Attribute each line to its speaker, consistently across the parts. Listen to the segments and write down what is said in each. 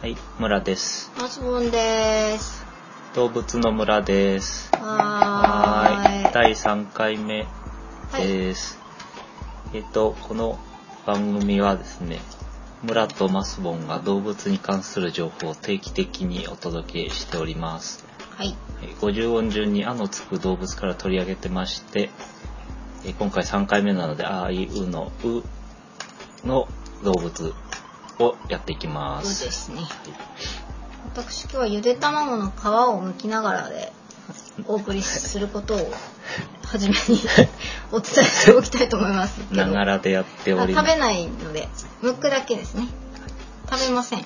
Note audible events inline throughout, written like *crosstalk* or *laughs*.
Speaker 1: はい、村です。
Speaker 2: マスボンです。
Speaker 1: 動物の村です。
Speaker 2: はー
Speaker 1: は
Speaker 2: い。
Speaker 1: ーい第3回目
Speaker 2: はい
Speaker 1: です。えっと、この番組はですね、村とマスボンが動物に関する情報を定期的にお届けしております。
Speaker 2: はい。
Speaker 1: えー50音順に「あ」のつく動物から取り上げてまして、えー今回3回目なので「あいう」の「う」の動物をやっていき
Speaker 2: う
Speaker 1: ま。
Speaker 2: ですすね。私今日はゆで卵の皮を剥きながらでお送りすることを初めにお伝えしておきたいと思いますけど。
Speaker 1: ながらでやってお
Speaker 2: あ
Speaker 1: り
Speaker 2: 食
Speaker 1: ます
Speaker 2: べ。ないので、剥くだけですね。食べません。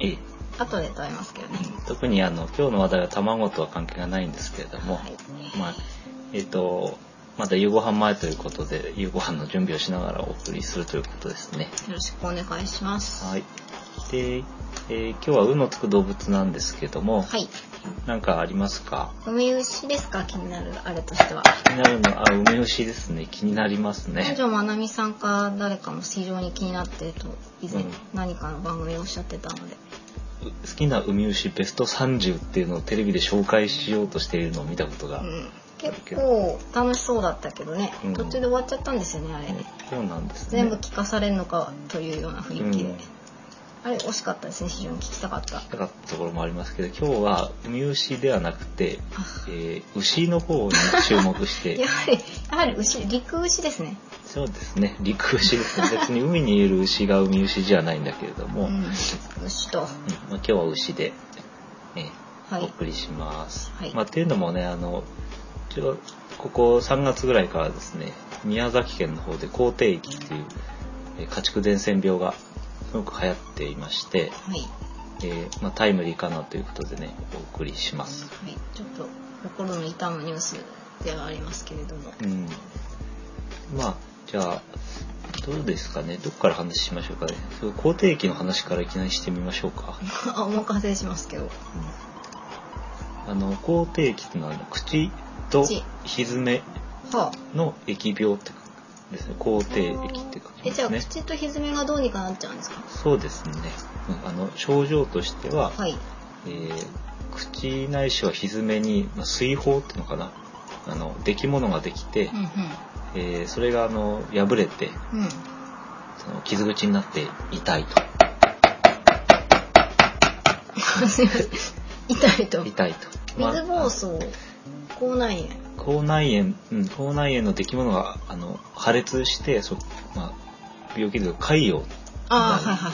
Speaker 1: ええ
Speaker 2: 後で食べますけどね。
Speaker 1: 特にあの今日の話題は卵とは関係がないんですけれども、
Speaker 2: はい。
Speaker 1: まあえっ、とまだ夕ご飯前ということで夕ご飯の準備をしながらお送りするということですね。
Speaker 2: よろしくお願いします。
Speaker 1: はい。で、えー今日は「う」のつく動物なんですけども、
Speaker 2: はい。
Speaker 1: なんかありますか
Speaker 2: ウミウシですか気になるあれとしては。
Speaker 1: 気になるのあ梅牛ですね気になります
Speaker 2: 本
Speaker 1: ね。
Speaker 2: 上まなみさんか誰かも非常に気になってると以前
Speaker 1: うん
Speaker 2: 何かの番組でおっしゃってたので、
Speaker 1: 好きな梅牛ベスト30っていうのをテレビで紹介しようとしているのを見たことが、
Speaker 2: う
Speaker 1: うん
Speaker 2: ん、結構楽しそうだったけどね、
Speaker 1: うん
Speaker 2: 途中で終わっちゃったんですよねあれ、
Speaker 1: そうなんですね。
Speaker 2: 全部聞かされるのかというような雰囲気で、
Speaker 1: うん
Speaker 2: あれ惜しかったですね非常に聞きたかった
Speaker 1: なかったところもありますけど今日は海牛ではなくて、
Speaker 2: あ
Speaker 1: えー牛の方に注目して
Speaker 2: やはりやはり牛陸牛ですね、
Speaker 1: そうですね陸牛ですね別に海にいる牛が海牛じゃないんだけれど
Speaker 2: う
Speaker 1: も、うん
Speaker 2: ん、牛と
Speaker 1: まあ、今日は牛で、えー
Speaker 2: は
Speaker 1: お
Speaker 2: い
Speaker 1: 送りします。
Speaker 2: はい
Speaker 1: まあ、っていうのもねあのちょここ3月ぐらいからですね宮崎県の方で口蹄疫っていうえー家畜伝染病がすごく流行っていまして、
Speaker 2: はい、はい、
Speaker 1: えーまあ、タイムリーかなということでねお送りします。
Speaker 2: ちょっと心の痛むニュースではありますけれども、
Speaker 1: うん。まあ、じゃあ、どうですかね。どこから話しましょうかね。そう口蹄疫の話からいきなりしてみましょうか。
Speaker 2: *laughs* あお任せしますけど
Speaker 1: あの、口蹄疫っていうのは、口と
Speaker 2: 口
Speaker 1: ひずめ
Speaker 2: はあ
Speaker 1: の疫病ってですね。口蹄疫って書き
Speaker 2: え
Speaker 1: ま
Speaker 2: じゃ
Speaker 1: す
Speaker 2: あ
Speaker 1: ね。
Speaker 2: 口と歪みがどうにかなっちゃうんですか
Speaker 1: そうですね。うんあの、症状としては、
Speaker 2: はい
Speaker 1: えー口ないしはひずめに、まあ、水泡っていうのかな。あの、できものができて、
Speaker 2: う
Speaker 1: えーそれが、あの、破れて、
Speaker 2: んうんうん
Speaker 1: その傷口になって痛いと。
Speaker 2: すいません痛いと水
Speaker 1: 痛いと。
Speaker 2: 疱瘡口内炎
Speaker 1: 口内炎、うん、口内炎の出来物が、あの、破裂して、そまあ、病気でいうか潰瘍
Speaker 2: ああ
Speaker 1: な
Speaker 2: はい
Speaker 1: る
Speaker 2: はいは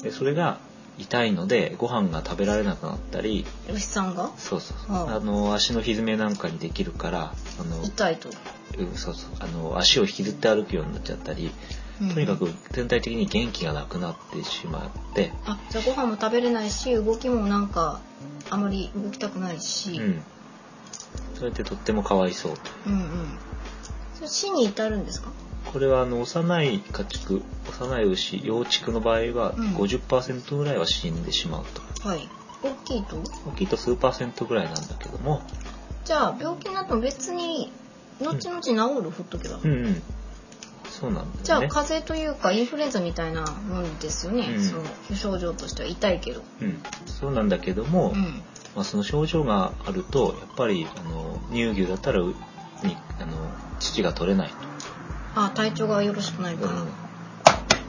Speaker 2: い
Speaker 1: で、それが痛いので、ご飯が食べられなくなったり、
Speaker 2: はい吉さんが
Speaker 1: そうそうそう、
Speaker 2: ああ
Speaker 1: あの、足のひずめなんかにできるから、あの、
Speaker 2: 痛いと、
Speaker 1: うんそうそう、あの、足を引きずって歩くようになっちゃったり、
Speaker 2: うん
Speaker 1: とにかく全体的に元気がなくなってしまって、
Speaker 2: あじゃあご飯も食べれないし動きもなんかあまり動きたくないし、
Speaker 1: うん。それってとってもかわいそうと。
Speaker 2: うん、うんそれ死に至るんですか
Speaker 1: これはあの幼い家畜幼い牛幼畜の場合は
Speaker 2: うん
Speaker 1: 50%ぐらいは死んでしまうと、
Speaker 2: はい大きいと
Speaker 1: 大きいと数パーセントぐらいなんだけども
Speaker 2: じゃあ病気になっても別に後々治る、ほっとけば、
Speaker 1: うんうんそうなんだよね
Speaker 2: じゃあ風邪というかインフルエンザみたいなもんですよね、
Speaker 1: うん
Speaker 2: その無症状としては痛いけど、
Speaker 1: うん、そうなんだけども、
Speaker 2: うん、
Speaker 1: まあ、その症状があるとやっぱりあの乳牛だったらうにあの乳が取れない
Speaker 2: あ体調がよろしくない
Speaker 1: と,、
Speaker 2: か
Speaker 1: う
Speaker 2: ら、
Speaker 1: ん、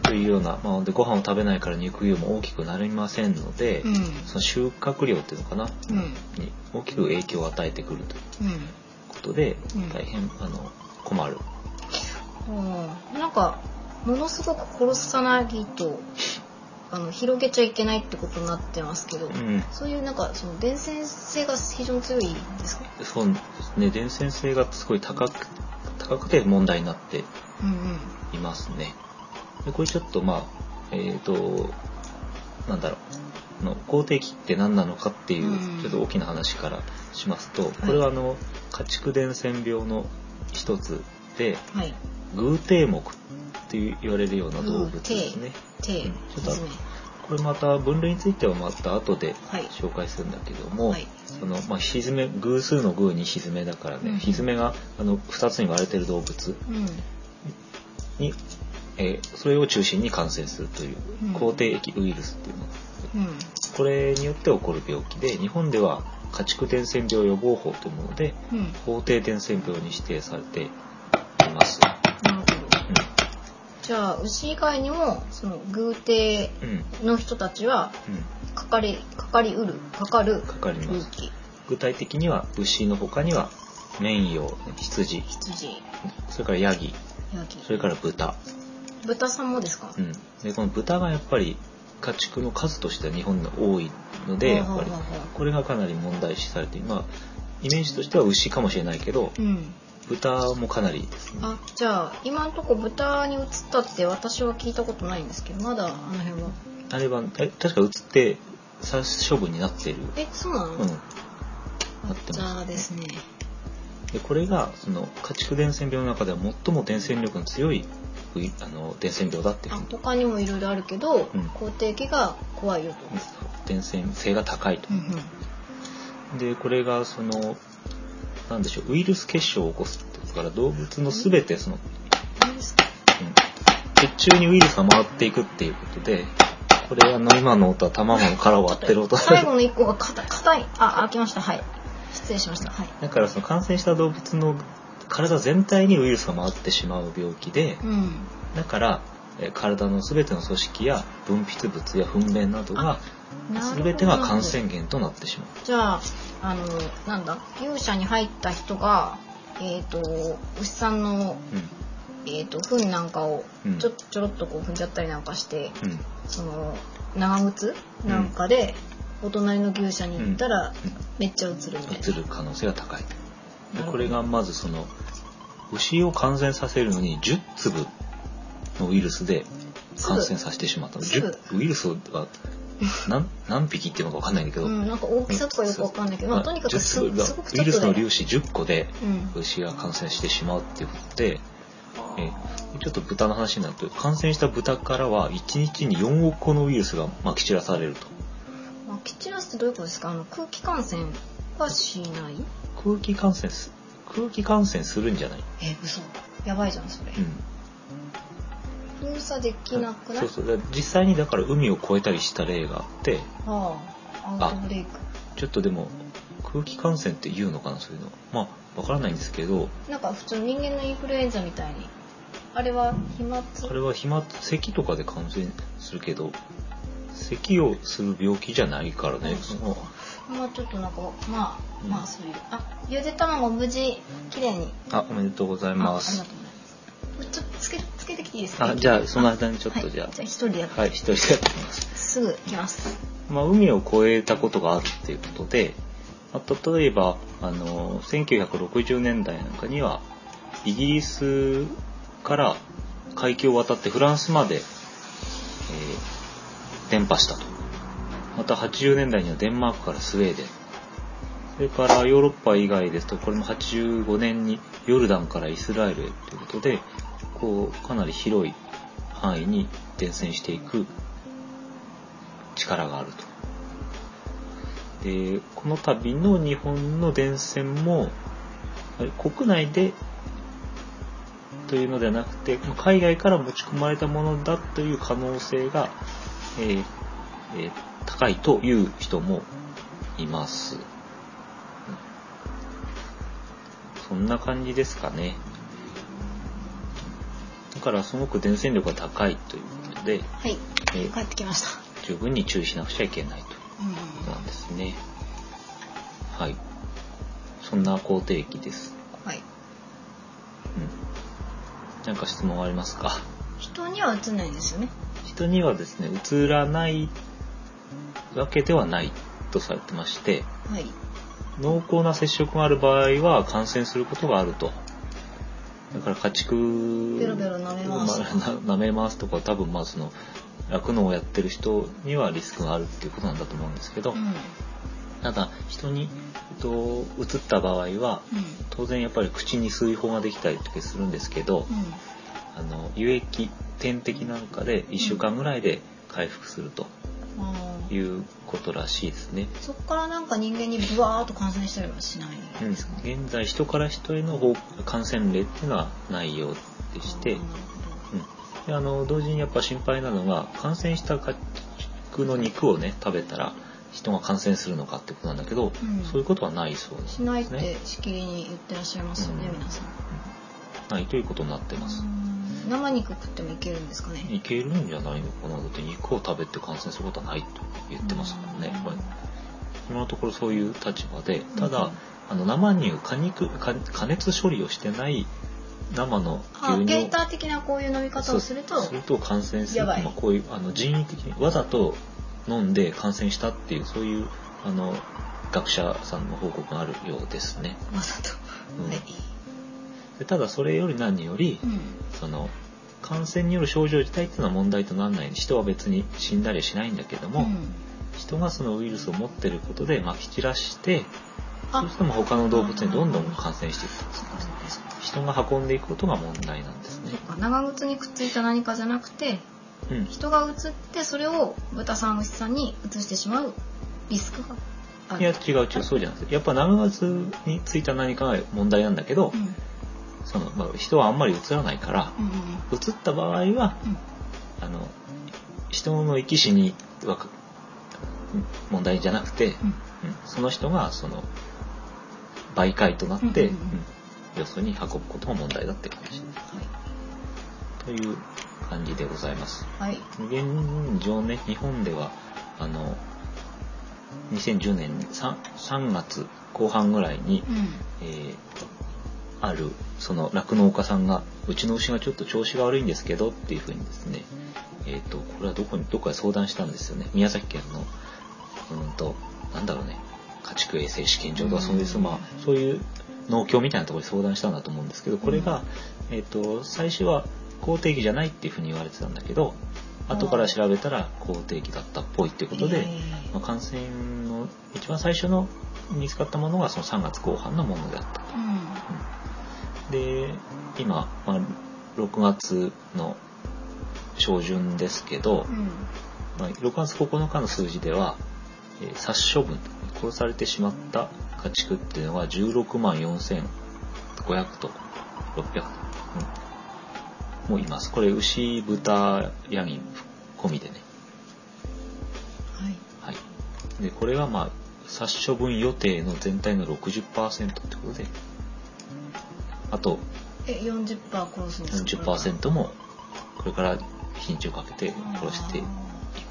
Speaker 1: というような、まあ、でご飯を食べないから肉牛も大きくなりませんので、
Speaker 2: うんうん
Speaker 1: その収穫量っていうのかな、
Speaker 2: うん
Speaker 1: に大きく影響を与えてくるということで
Speaker 2: うん
Speaker 1: 大変、あの困る
Speaker 2: うんなんかものすごく殺さないとあの広げちゃいけないってことになってますけど、
Speaker 1: うん
Speaker 2: そういうなんかその伝染性が非常に強いですか、
Speaker 1: そうですね伝染性がすごい高く高くて問題になって
Speaker 2: うんうん、
Speaker 1: いますねでこれちょっとまあえっ、となんだろうあの公的って何なのかっていう
Speaker 2: うん
Speaker 1: ちょっと大きな話からしますと、これはあの家畜伝染病の一つで
Speaker 2: はい
Speaker 1: 偶蹄目って言われるような動物ですね。
Speaker 2: 手
Speaker 1: うんちょっと
Speaker 2: ですね
Speaker 1: これまた分類についてはまた後で
Speaker 2: はい
Speaker 1: 紹介するんだけども、
Speaker 2: はい
Speaker 1: そのまあ、ひずめ偶数の偶にひずめだからね、
Speaker 2: うん
Speaker 1: ひずめがあの2つに割れてる動物
Speaker 2: うん
Speaker 1: に、えーそれを中心に感染するという
Speaker 2: うん
Speaker 1: 口蹄疫ウイルスっていうのが
Speaker 2: うん。
Speaker 1: これによって起こる病気で日本では家畜伝染病予防法というもので
Speaker 2: うん。
Speaker 1: 法定伝染病に指定されています。
Speaker 2: なるほど。じゃあ、牛以外にも、その、偶定
Speaker 1: うん、うん、
Speaker 2: の人たちは、
Speaker 1: うん
Speaker 2: かかり、かかりうる、かかる
Speaker 1: かかりま
Speaker 2: 病
Speaker 1: す。
Speaker 2: 気、
Speaker 1: 具体的には牛の他には綿羊、羊、
Speaker 2: 羊、
Speaker 1: それからヤギ、
Speaker 2: ヤギ。
Speaker 1: それから豚。
Speaker 2: 豚さんもですか
Speaker 1: うん、でこの豚がやっぱり家畜の数としては日本の多いのでやっぱり
Speaker 2: ほうほうほうほ
Speaker 1: これがかなり問題視されて今イメージとしては牛かもしれないけど
Speaker 2: ううん。
Speaker 1: 豚もかなりですね。
Speaker 2: あ、じゃあ、今んとこ豚に移ったって私は聞いたことないんですけど、まだあの辺は。
Speaker 1: あれはえ確か移って殺処分になってる。
Speaker 2: え、そうなの、
Speaker 1: うん、
Speaker 2: あじゃあですね。
Speaker 1: でこれがその家畜伝染病の中では最も伝染力の強いウイあの伝染病だっていう
Speaker 2: あ
Speaker 1: ふうに
Speaker 2: 他にもいろいろあるけど、
Speaker 1: ん
Speaker 2: 肯定期が怖いよと。
Speaker 1: 伝染性が高いと。でこれがそのなんでしょうウイルス結晶を起こすってことから動物の全てその、うん血中にウイルスが回っていくっていうことでこれあの今の音は卵の殻を割ってる音
Speaker 2: 最後の一個が硬い硬い。あ、開きました。はい。失礼しました。はい。
Speaker 1: *laughs* だからその感染した動物の体全体にウイルスが回ってしまう病気で
Speaker 2: うん。
Speaker 1: だからえー体の全ての組織や分泌物や糞便などが
Speaker 2: なるほど
Speaker 1: 全てが感染源となってしまう。
Speaker 2: じゃあ、あの、なんだ、牛舎に入った人が、えっ、と、牛さんの、えっ、と、糞なんかを
Speaker 1: うん
Speaker 2: ちょ、ちょろっとこう踏んじゃったりなんかして、
Speaker 1: うんうん
Speaker 2: その、長靴なんかで、お隣の牛舎に行ったら、めっちゃ映るみたいな。
Speaker 1: 移る可能性が高い
Speaker 2: なる
Speaker 1: で
Speaker 2: ほど
Speaker 1: これがまずその牛を感染させるのに10粒のウイルスで感染させてしまった
Speaker 2: 粒
Speaker 1: 10ウイルスは何何匹っていうのか分かんないんだけど、
Speaker 2: うん、なんか大きさとかよくわかんないけど、まあ、とにかくすす
Speaker 1: 10
Speaker 2: ご
Speaker 1: 粒が
Speaker 2: く
Speaker 1: ウ
Speaker 2: ち
Speaker 1: イ
Speaker 2: ょっ
Speaker 1: ル
Speaker 2: と
Speaker 1: スの
Speaker 2: で。
Speaker 1: 粒子10個で
Speaker 2: うん。
Speaker 1: 牛が感染してしまうっていうことで、えーちょっと豚の話になると感染した豚からは1日に4億個のウイルスがまき散らされると
Speaker 2: まあ、キチラスってどういうことですかあの空気感染はしない
Speaker 1: 空気感染す空気感染するんじゃない、
Speaker 2: え、嘘。やばいじゃん、それ
Speaker 1: う。ん、
Speaker 2: 封鎖できなくない
Speaker 1: そうそうだから実際にだから海を越えたりした例があって
Speaker 2: はあ、アウトブレイク。
Speaker 1: ちょっとでも空気感染って言うのかなそういうのまあわからないんですけど
Speaker 2: なんか普通の人間のインフルエンザみたいに。あれは飛沫
Speaker 1: あれは暇咳とかで感染するけど咳をする病気じゃないからね、も
Speaker 2: まあちょっとなんか、まあ、
Speaker 1: うん
Speaker 2: まあそういう。あ、ゆで卵無事、綺麗に。
Speaker 1: うあおめでとうござい
Speaker 2: あありが
Speaker 1: ま
Speaker 2: とう
Speaker 1: す
Speaker 2: ございます。ちょっとつけ、つけてきていいですか
Speaker 1: あじゃあその間にちょっ
Speaker 2: は
Speaker 1: と
Speaker 2: い、
Speaker 1: じ
Speaker 2: じゃ
Speaker 1: ゃ
Speaker 2: あ一人でやっ
Speaker 1: あはい一人でやってみます
Speaker 2: すぐ来ます。
Speaker 1: まあ、海を越えたことがあるっていうことで、まあ、例えばあの1960年代なんかにはイギリスから海峡を渡ってフランスまで、えー伝播したとまた80年代にはデンマークからスウェーデンそれからヨーロッパ以外ですとこれも85年にヨルダンからイスラエルへということでこうかなり広い範囲に伝染していく力があると。で、この度の日本の電線も、あれ国内でというのではなくて、まあ海外から持ち込まれたものだという可能性が、えーえー高いという人もいます。うんそんな感じですかね。だからすごく伝染力が高いということで、
Speaker 2: はい、
Speaker 1: えー
Speaker 2: 帰ってきました。
Speaker 1: 十分に注意しなくちゃいけないという
Speaker 2: うん
Speaker 1: ことなんですね。はい。そんな肯定期です。
Speaker 2: はい。
Speaker 1: うん。なんか質問ありますか
Speaker 2: 人には映んないんですよね。
Speaker 1: 人にはですね、映らないわけではないとされてまして、
Speaker 2: はい。
Speaker 1: 濃厚な接触がある場合は感染することがあると。だから家畜
Speaker 2: ベロベロ舐め回す
Speaker 1: まあな舐め回すとか多分まあその酪農をやってる人にはリスクがあるっていうことなんだと思うんですけど、
Speaker 2: うん。うん。
Speaker 1: ただ人にえっと移った場合は当然やっぱり口に水疱ができたりとかするんですけど、あの輸液点滴なんかで1週間ぐらいで回復すると
Speaker 2: うん。あー
Speaker 1: いうことらしいですね。
Speaker 2: そこからなんか人間にブワーっと感染したりはしない。
Speaker 1: うん現在人から人への報感染例っていうのはないようでして、
Speaker 2: あーなる
Speaker 1: うんであの同時にやっぱ心配なのが感染したか肉の肉をね食べたら人が感染するのかってことなんだけど、
Speaker 2: うん
Speaker 1: そういうことはないそうなんです
Speaker 2: し
Speaker 1: ね。
Speaker 2: ないってしきりに言ってらっしゃいますよね、
Speaker 1: うん
Speaker 2: 皆さん
Speaker 1: ないということになってます。
Speaker 2: 生肉食ってもいけるんですかね
Speaker 1: いけるんじゃないのかなだって肉を食べて感染することはないと言ってますからね。まあ今のところそういう立場でただ、
Speaker 2: うん
Speaker 1: あの生乳果肉か加熱処理をしてない生の
Speaker 2: あ
Speaker 1: 牛
Speaker 2: ゲ
Speaker 1: 乳
Speaker 2: ーター的なこういう飲み方をすると
Speaker 1: そうすると感染する
Speaker 2: やばい
Speaker 1: まあ、こういうあの人為的にわざと飲んで感染したっていうそういうあの学者さんの報告があるようですね。
Speaker 2: わざと、
Speaker 1: うん
Speaker 2: はい、
Speaker 1: でただそれより何より、
Speaker 2: うん
Speaker 1: その感染による症状自体っていうのは問題とならない人は別に死んだりはしないんだけども、
Speaker 2: うん
Speaker 1: 人がそのウイルスを持ってることでまき散らして
Speaker 2: あ
Speaker 1: そうしても他の動物にどんどん感染していく
Speaker 2: そっかそっかそっか
Speaker 1: 人が運んでいくことが問題なんですね
Speaker 2: そっ。か長靴にくっついた何かじゃなくて
Speaker 1: うん、
Speaker 2: 人がうつってそれを豚さん牛さんにうつしてしまうリスクがある
Speaker 1: いや違う違うそうじゃなくてやっぱ長靴についた何かが問題なんだけど、
Speaker 2: うん
Speaker 1: そのまあ、人はあんまり移らないから
Speaker 2: うんうん
Speaker 1: 移った場合は
Speaker 2: うん
Speaker 1: あの人の生き死にはか問題じゃなくて、うん
Speaker 2: うん
Speaker 1: その人がその媒介となって、
Speaker 2: うんうんうん
Speaker 1: うんよそに運ぶことが問題だって感じという感じでございます。
Speaker 2: はい、はい、
Speaker 1: 現状ね日本ではあの2010年 3, 3月後半ぐらいに、
Speaker 2: う
Speaker 1: えーあるその酪農家さんが「うちの牛がちょっと調子が悪いんですけど」っていうふうにですね、えー、とこれはどこにどこかで相談したんですよね宮崎県のうーんとなんだろうね家畜衛生試験場とかそういう、
Speaker 2: うん
Speaker 1: まあ、そういう農協みたいなところで相談したんだと思うんですけどこれが、えー、と最初は肯定義じゃないっていうふうに言われてたんだけど後から調べたら肯定義だったっぽいっていうことで。まあ、感染の一番最初の見つかったものがその3月後半のものであった。
Speaker 2: うん
Speaker 1: で、今、まあ、6月の初旬ですけど、
Speaker 2: うん
Speaker 1: まあ、6月9日の数字では、えー殺処分、殺されてしまった家畜っていうのが16万4500と600と、うん、もういます。これ牛、豚、ヤギ込みでね。は
Speaker 2: はい
Speaker 1: い、でこれはまあ殺処分予定の全体の60%ってことであと
Speaker 2: え40%殺すんですか
Speaker 1: 40%もこれから品種をかけて殺してい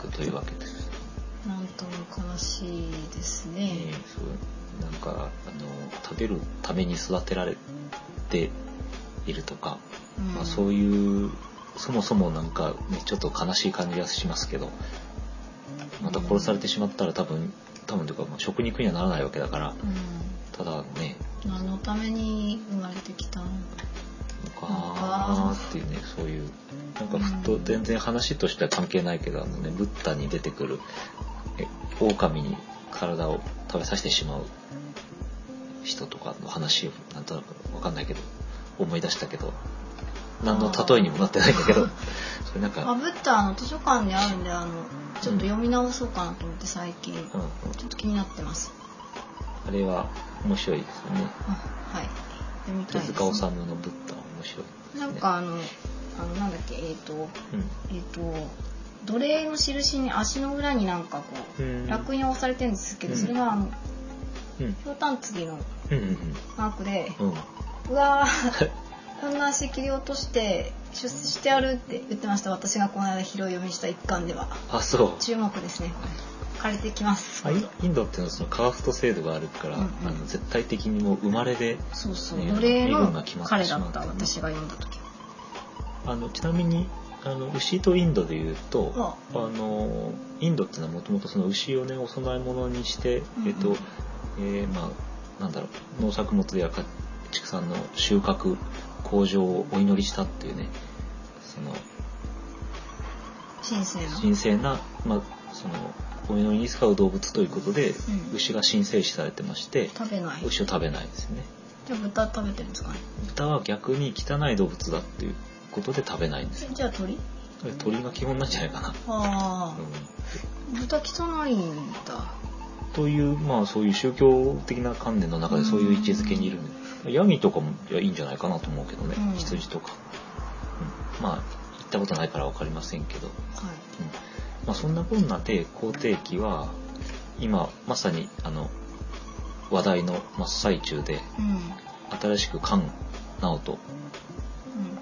Speaker 1: くというわけです。
Speaker 2: なんとも悲しいです
Speaker 1: え
Speaker 2: ね
Speaker 1: ー、そうなんかあの食べるために育てられているとか、
Speaker 2: うん
Speaker 1: まあ、そういうそもそもなんか、ね、ちょっと悲しい感じがしますけどまた殺されてしまったら多分多分というかまあ食肉にはならないわけだから。
Speaker 2: う
Speaker 1: ただね、
Speaker 2: ん、何のために生まれてきたの
Speaker 1: のかなーっていうね、そういう、なんかふっと全然話としては関係ないけど、あのね、ブッダに出てくる、え、狼に体を食べさせてしまう人とかの話を、なんとなくわかんないけど、思い出したけど、何の例えにもなってないんだけど、それなん
Speaker 2: あ
Speaker 1: か、
Speaker 2: ブッダあの図書館にあるんであのちょっと読み直そうかなと思って最近、
Speaker 1: うん、うん
Speaker 2: ちょっと気になってます
Speaker 1: あれは面白いですよね。
Speaker 2: あはい読みた
Speaker 1: 手
Speaker 2: いです、
Speaker 1: 塚治虫のブッダは面白いですね。
Speaker 2: なんかあのあのなんだっけえっ、と
Speaker 1: うん、
Speaker 2: えっ、と奴隷の印に足の裏になんかこう、
Speaker 1: うん
Speaker 2: 烙印を押されてるんですけど、
Speaker 1: うん
Speaker 2: それがあの
Speaker 1: うん、
Speaker 2: ひょうたんつぎの
Speaker 1: うん、うん
Speaker 2: マークで、
Speaker 1: うん、うん。
Speaker 2: うわーこんな足切り落として出世してやるって言ってました私がこの間拾い読みした一巻では
Speaker 1: あ、そう。
Speaker 2: 注目ですね借りてきます
Speaker 1: まあインインドっていうのはそのカーフト制度があるから、
Speaker 2: うんうん
Speaker 1: あの絶対的にもう生まれで
Speaker 2: そうそう
Speaker 1: ね
Speaker 2: 奴隷
Speaker 1: 身分
Speaker 2: の
Speaker 1: が決まって
Speaker 2: 彼
Speaker 1: し
Speaker 2: だ
Speaker 1: まう
Speaker 2: った私が読んだ時
Speaker 1: あのちなみにあの牛とインドでいうと
Speaker 2: あ
Speaker 1: あのインドっていうのはもともとその牛をねお供え物にして、
Speaker 2: うんうん
Speaker 1: えっとえーまあなんだろう農作物や家畜産の収穫向上をお祈りしたっていうねその
Speaker 2: 神聖の
Speaker 1: 神聖な、まあ、そのお祈りに使う動物ということで、
Speaker 2: うん
Speaker 1: 牛が神聖視されてまして
Speaker 2: 食べない
Speaker 1: 牛を食べないんですよね。
Speaker 2: じゃあ豚食べてるんですかね
Speaker 1: 豚は逆に汚い動物だっていうことで食べないんですよ
Speaker 2: じゃあ鳥
Speaker 1: 鳥が基本なんじゃないかな、
Speaker 2: あ
Speaker 1: うん
Speaker 2: あ豚汚いんだ
Speaker 1: というまあそういう宗教的な観念の中でそういう位置づけにいるんでヤギとかもいやいいんじゃないかなと思うけどね、
Speaker 2: うん
Speaker 1: 羊とか、うんまあ行ったことないから分かりませんけど、
Speaker 2: は
Speaker 1: うんまあ、そんなこんなで口蹄疫は今まさにあの話題の真っ最中で
Speaker 2: う
Speaker 1: 新しく菅直人
Speaker 2: ん、うん、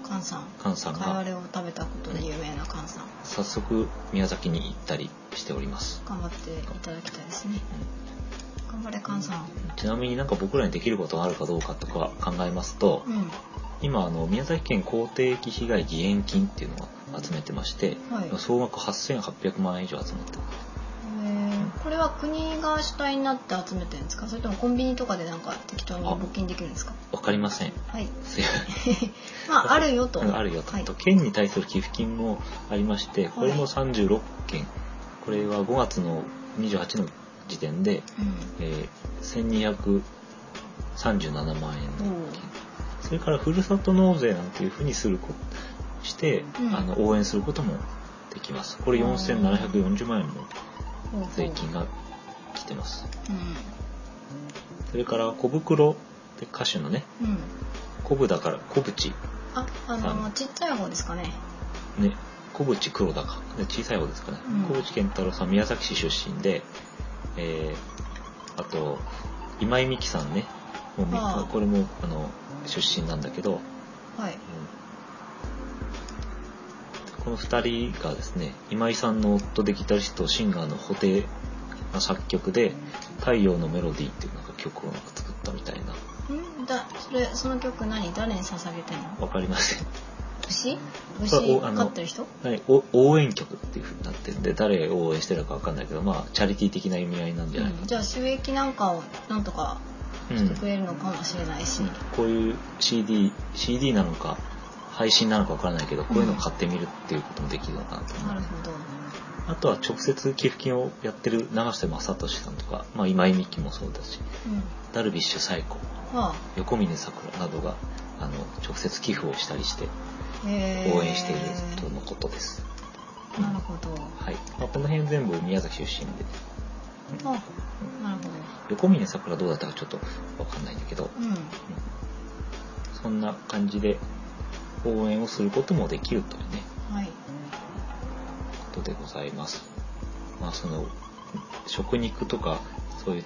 Speaker 2: 菅さん
Speaker 1: 菅さん
Speaker 2: カイワ
Speaker 1: が
Speaker 2: レを食べたことで有名な菅さん
Speaker 1: 早速宮崎に行ったりしております、
Speaker 2: 頑張っていただきたいですね
Speaker 1: う
Speaker 2: 頑張れ菅さん
Speaker 1: んちなみになんか僕らにできることがあるかどうかとか考えますと、
Speaker 2: うん
Speaker 1: 今あの宮崎県公定疫被害義援金っていうのを集めてまして、
Speaker 2: はい
Speaker 1: 総額8800万円以上集まってます
Speaker 2: えーこれは国が主体になって集めてるんですかそれともコンビニとかでなんか適当に募金できるんですか
Speaker 1: わかりません
Speaker 2: はい *laughs*
Speaker 1: すいません
Speaker 2: まああるよと
Speaker 1: *laughs* うんあるよと、
Speaker 2: はい
Speaker 1: と県に対する寄付金もありましてこれも36件、これは5月の28の時点で、
Speaker 2: うん
Speaker 1: えー1237万円の
Speaker 2: おー
Speaker 1: それからふるさと納税なんていうふうにするこして、
Speaker 2: うん
Speaker 1: あの応援することもできますこれ4740万円の
Speaker 2: ほうほう
Speaker 1: 税金が来てます
Speaker 2: う
Speaker 1: それから小袋って歌手のね
Speaker 2: んうん
Speaker 1: 小ぶだから小淵
Speaker 2: ああ
Speaker 1: あ
Speaker 2: のちっちゃい方ですかね
Speaker 1: ね小淵黒だかで小さい方ですかね、
Speaker 2: うん
Speaker 1: 小淵健太郎さん宮崎市出身で、えー、あと今井美樹さんねもうみ
Speaker 2: ああ
Speaker 1: これもあの出身なんだけど、うん
Speaker 2: はい
Speaker 1: この2人がですね今井さんの夫でギタリストシンガーの布袋が作曲で「太陽のメロディー」っていうなんか曲をなんか作ったみたいなん
Speaker 2: だそれその曲何誰に捧げてんの
Speaker 1: わかりません
Speaker 2: 牛
Speaker 1: それ
Speaker 2: 牛
Speaker 1: おあの
Speaker 2: 飼ってる人
Speaker 1: はいお応援曲っていう風になってるんで誰を応援してるかわかんないけどまあチャリティー的な意味合いなんじゃないか
Speaker 2: うんじゃあ収益なんかをなんとか
Speaker 1: な、うん
Speaker 2: してくれるのかもしれないし、
Speaker 1: うんこういう CDCD なのか配信なのかわからないけどこういうのを買ってみるっていうこともできるのかなと思
Speaker 2: な
Speaker 1: う、
Speaker 2: るほど
Speaker 1: あとは直接寄付金をやってる永瀬正敏さんとか、まあ、今井美樹もそうだし
Speaker 2: うん
Speaker 1: ダルビッシュ最高
Speaker 2: は
Speaker 1: 横峯さくらなどがあの直接寄付をしたりして
Speaker 2: あ、へー
Speaker 1: 応援しているとのことです、うん
Speaker 2: なるほど
Speaker 1: はいまあ、この辺全部宮崎出身で
Speaker 2: あなるほど
Speaker 1: 横峯さくらどうだったかちょっとわかんないんだけど、
Speaker 2: うん
Speaker 1: うんそんな感じで応援をすることもできるというね
Speaker 2: はい
Speaker 1: ことでございますまあその食肉とかそういう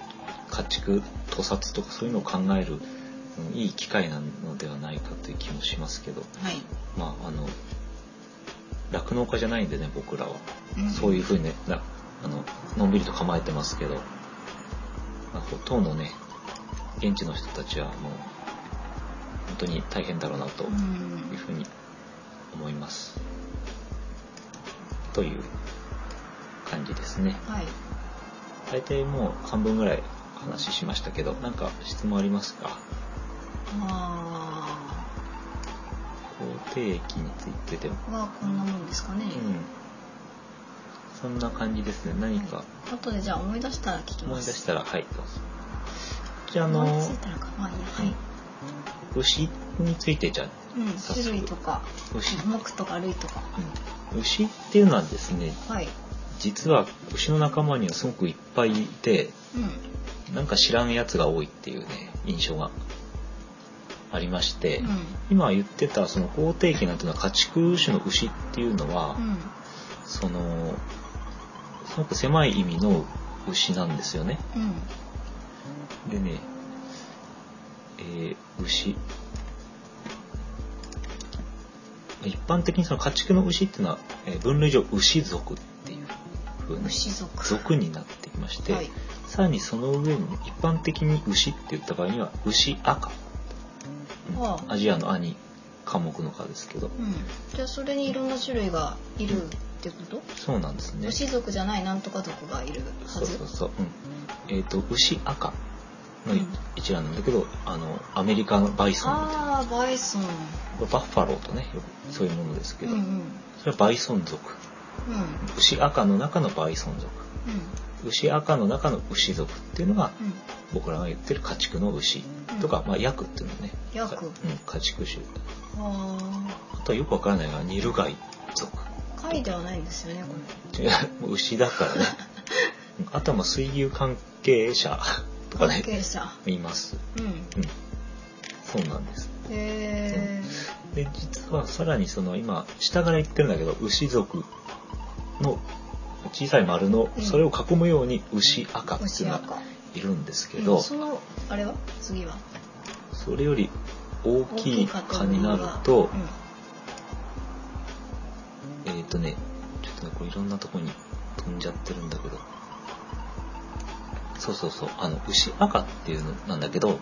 Speaker 1: 家畜屠殺とかそういうのを考えるうんいい機会なのではないかという気もしますけど
Speaker 2: はい、
Speaker 1: まああの酪農家じゃないんでね僕らは
Speaker 2: ん
Speaker 1: そういうふうにねなあののんびりと構えてますけど、まあ、ほとんどね現地の人たちはもう本当に大変だろうなと
Speaker 2: う
Speaker 1: いうんふうに思います、という感じですね
Speaker 2: はい
Speaker 1: 大体もう半分ぐらい話しましたけどなんか質問ありますか
Speaker 2: あ
Speaker 1: 肯定期についてでも
Speaker 2: あはこんなもんですかね、
Speaker 1: うんそんな感じですね何か、
Speaker 2: あとでじゃあ思い出したら聞き
Speaker 1: 思い
Speaker 2: ま
Speaker 1: 出
Speaker 2: す
Speaker 1: したらはいどうぞじゃああ
Speaker 2: 思い
Speaker 1: の
Speaker 2: ついたらかまあいいやはい、
Speaker 1: 牛についてじゃ
Speaker 2: うん、
Speaker 1: 早速
Speaker 2: 種類とか
Speaker 1: 牛、
Speaker 2: 木とか類とか
Speaker 1: うん牛っていうのはですね
Speaker 2: はい
Speaker 1: 実は牛の仲間にはすごくいっぱいいて
Speaker 2: うん
Speaker 1: なんか知らんやつが多いっていうね印象がありまして、
Speaker 2: うん
Speaker 1: 今言ってたその肯定期なんていうのは家畜種の牛っていうのは、
Speaker 2: うん
Speaker 1: そのすごく狭い意味の牛なんですよね。
Speaker 2: うん
Speaker 1: でね、えー牛。一般的にその家畜の牛っていうのは、えー分類上牛族っていう風に
Speaker 2: 牛族
Speaker 1: 族になってきまして、
Speaker 2: はい
Speaker 1: さらにその上にね一般的に牛って言った場合には牛赤、うん
Speaker 2: ああ
Speaker 1: アジアのアに科目の科ですけど、
Speaker 2: うんじゃあそれにいろんな種類がいるってこと、
Speaker 1: そうなんですね。
Speaker 2: 牛族じゃないなんとか族がいるは
Speaker 1: そう
Speaker 2: ず
Speaker 1: そうそう、うん、えっ、と牛赤の
Speaker 2: うん
Speaker 1: 一覧なんだけど、あのアメリカのバイソンみたいな。
Speaker 2: ああバイソン
Speaker 1: これバッファローとねよくそういうものですけ
Speaker 2: うん
Speaker 1: ど、
Speaker 2: うんうん
Speaker 1: それはバイソン族牛赤の中のバイソン族牛赤の中の牛族っていうのが
Speaker 2: うんうん
Speaker 1: 僕らが言ってる家畜の牛とか、まあ、ヤクっていうのね
Speaker 2: ヤク
Speaker 1: うん、家畜種
Speaker 2: あ
Speaker 1: あとはよくわからないのがニルガイ族
Speaker 2: あ貝ではないんですよねこ
Speaker 1: 違うもう *laughs* 牛だから *laughs* ねうんあとはまあ水牛関係者とか
Speaker 2: れ関
Speaker 1: ね
Speaker 2: 係者
Speaker 1: います、
Speaker 2: うん
Speaker 1: うん、そうなんです
Speaker 2: へえ
Speaker 1: で実はさらにその今下から言ってるんだけど牛族の小さい丸の
Speaker 2: うん
Speaker 1: それを囲むように牛赤っていうのが
Speaker 2: 赤
Speaker 1: いるんですけ
Speaker 2: う
Speaker 1: ど
Speaker 2: んそのあれは次は
Speaker 1: それより大
Speaker 2: 大
Speaker 1: き
Speaker 2: き
Speaker 1: い
Speaker 2: い
Speaker 1: 蚊になると
Speaker 2: うん
Speaker 1: えっ、とねちょっとねこれいろんなとこに飛んじゃってるんだけどそうそうそうあの牛赤っていうのなんだけど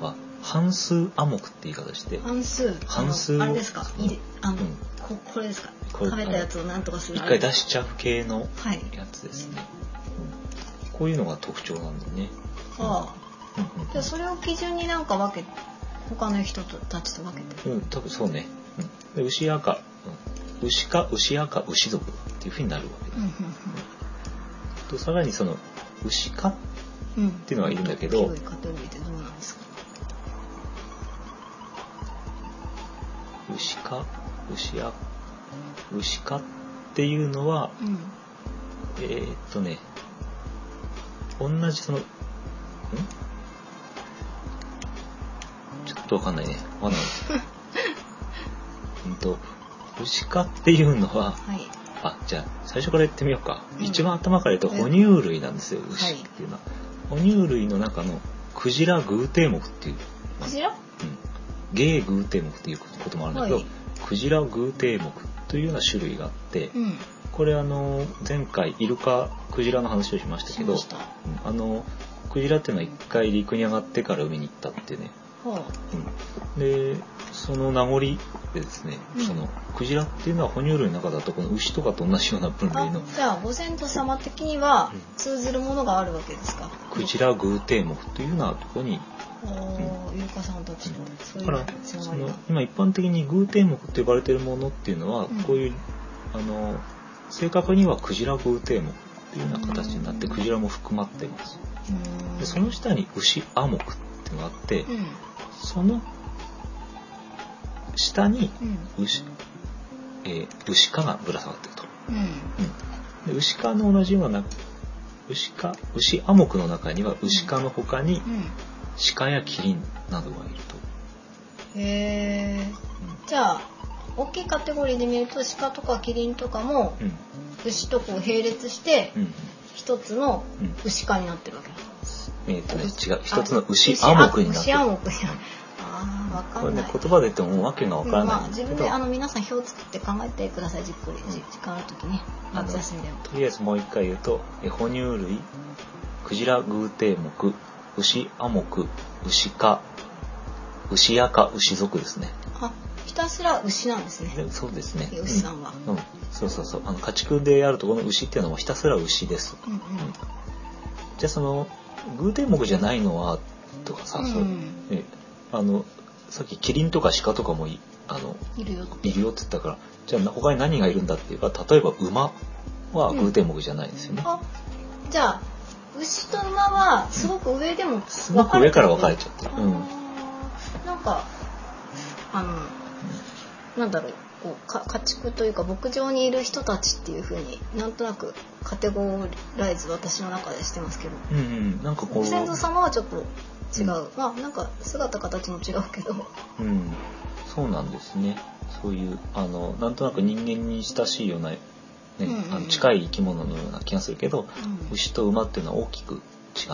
Speaker 1: は半数暗黙って言い方して
Speaker 2: 半数
Speaker 1: 半数
Speaker 2: あのあれですか
Speaker 1: うん
Speaker 2: いあの、
Speaker 1: うん
Speaker 2: ここれですか
Speaker 1: これ
Speaker 2: 食べたやつをなんとかする
Speaker 1: 一回
Speaker 2: あ
Speaker 1: 出
Speaker 2: れ
Speaker 1: しちゃう系の
Speaker 2: はい
Speaker 1: やつですね、うんこういうのが特徴なんだよね、
Speaker 2: は
Speaker 1: うん
Speaker 2: あ
Speaker 1: うん
Speaker 2: じゃあそれを基準になんか分け他の人たちと分けて
Speaker 1: うん、多分そうね、うん、で牛赤、うん、牛か牛赤牛族っていうふうになるわけだ
Speaker 2: うん
Speaker 1: とさらにその牛かっ
Speaker 2: うんうんって
Speaker 1: いうのはいるんだけど
Speaker 2: キウイカト類ってどうなんですか
Speaker 1: 牛か牛赤牛かっていうのは
Speaker 2: うん
Speaker 1: えーっとね同じそのんちょっとわかんないねわかんない *laughs* うんと牛かっていうのは
Speaker 2: はい
Speaker 1: あ、じゃあ最初から言ってみようか。
Speaker 2: うん
Speaker 1: 一番頭から言うと哺乳類なんですよ、牛っていうのは。哺乳類の中のクジラ偶蹄目っていう、
Speaker 2: こちら
Speaker 1: うん、ゲー偶蹄目っていうこともあるんだけど、
Speaker 2: はい
Speaker 1: クジラ偶蹄目というような種類があって、
Speaker 2: うん
Speaker 1: これあの、前回イルカ、クジラの話をしましたけ
Speaker 2: し
Speaker 1: ど、
Speaker 2: ましたは
Speaker 1: うんあの、クジラっていうのは一回陸に上がってから海に行ったってね、
Speaker 2: あ
Speaker 1: うんでその名残でですね、
Speaker 2: うん
Speaker 1: そのクジラっていうのは哺乳類の中だとこの牛とかと同じような分類の
Speaker 2: あじゃあご先祖様的には
Speaker 1: うん
Speaker 2: 通ずるものがあるわけですか
Speaker 1: クジラ偶蹄目というようなところに、
Speaker 2: おーゆうかさんたちとそう
Speaker 1: だ
Speaker 2: い
Speaker 1: から
Speaker 2: うつな
Speaker 1: そ
Speaker 2: がり
Speaker 1: の
Speaker 2: が
Speaker 1: 今一般的に偶蹄目と呼ばれているものっていうのは
Speaker 2: うん
Speaker 1: こういう、あの正確にはクジラ偶蹄目というような形になって
Speaker 2: うん
Speaker 1: クジラも含まっています。
Speaker 2: うー
Speaker 1: で
Speaker 2: ん
Speaker 1: その下に牛ア目っていうのがあって
Speaker 2: うん
Speaker 1: その下に
Speaker 2: うん
Speaker 1: 牛,、えー牛科がぶら下がっていると。
Speaker 2: う
Speaker 1: で
Speaker 2: ん
Speaker 1: 牛科の同じような牛科牛アモクの中には牛科の他に
Speaker 2: う
Speaker 1: 鹿やキリンなどがいると、
Speaker 2: んへえじゃあ大きいカテゴリーで見ると鹿とかキリンとかも
Speaker 1: うんうん
Speaker 2: 牛とこう並列して
Speaker 1: うん
Speaker 2: 一つの
Speaker 1: うん
Speaker 2: 牛科になってるわけだ
Speaker 1: えっ、とね違う
Speaker 2: あ
Speaker 1: 一つの牛アモクになって
Speaker 2: 牛
Speaker 1: る
Speaker 2: アモクになるああわか
Speaker 1: これ
Speaker 2: んな
Speaker 1: ね
Speaker 2: い
Speaker 1: 言葉で言ってもわけがわから
Speaker 2: ま
Speaker 1: な
Speaker 2: あ
Speaker 1: いん
Speaker 2: 自
Speaker 1: だけ
Speaker 2: 分
Speaker 1: ど、
Speaker 2: であの皆さん表作って考えてくださいじっくりじ時間ある時ね
Speaker 1: あの
Speaker 2: 夏休みでも
Speaker 1: とりあえずもう一回言うとえ哺乳類クジラ偶蹄目牛アモク牛科牛赤牛属ですね
Speaker 2: あひたすら牛なんですね
Speaker 1: でそうですね
Speaker 2: 牛さんは
Speaker 1: うん、うん、そうそうそうあの家畜であるところの牛っていうのはひたすら牛です
Speaker 2: うんうん
Speaker 1: じゃあその偶天目じゃないのはとかさ、
Speaker 2: うん
Speaker 1: そうねあのさっきキリンとか鹿とかもいあの
Speaker 2: いるよ
Speaker 1: いるよって言ったからじゃあ他に何がいるんだって言えば例えば馬は偶天目じゃないですよね、
Speaker 2: あじゃあ牛と馬はすごく上でも
Speaker 1: すごく上から分かれちゃってる
Speaker 2: あー
Speaker 1: うん
Speaker 2: なんかあのなんだろうこうか家畜というか牧場にいる人たちっていう風になんとなくカテゴライズ私の中でしてますけど
Speaker 1: うんうんなんかこ
Speaker 2: ご
Speaker 1: う
Speaker 2: 先祖様はちょっと
Speaker 1: う
Speaker 2: 違う、
Speaker 1: ん
Speaker 2: まあなんか姿形も違うけど
Speaker 1: うん、そうなんですねそういうあのなんとなく人間に親しいような、ね
Speaker 2: うんうんうん
Speaker 1: あの近い生き物のような気がするけど
Speaker 2: うんうん
Speaker 1: 牛と馬っていうのは大きく違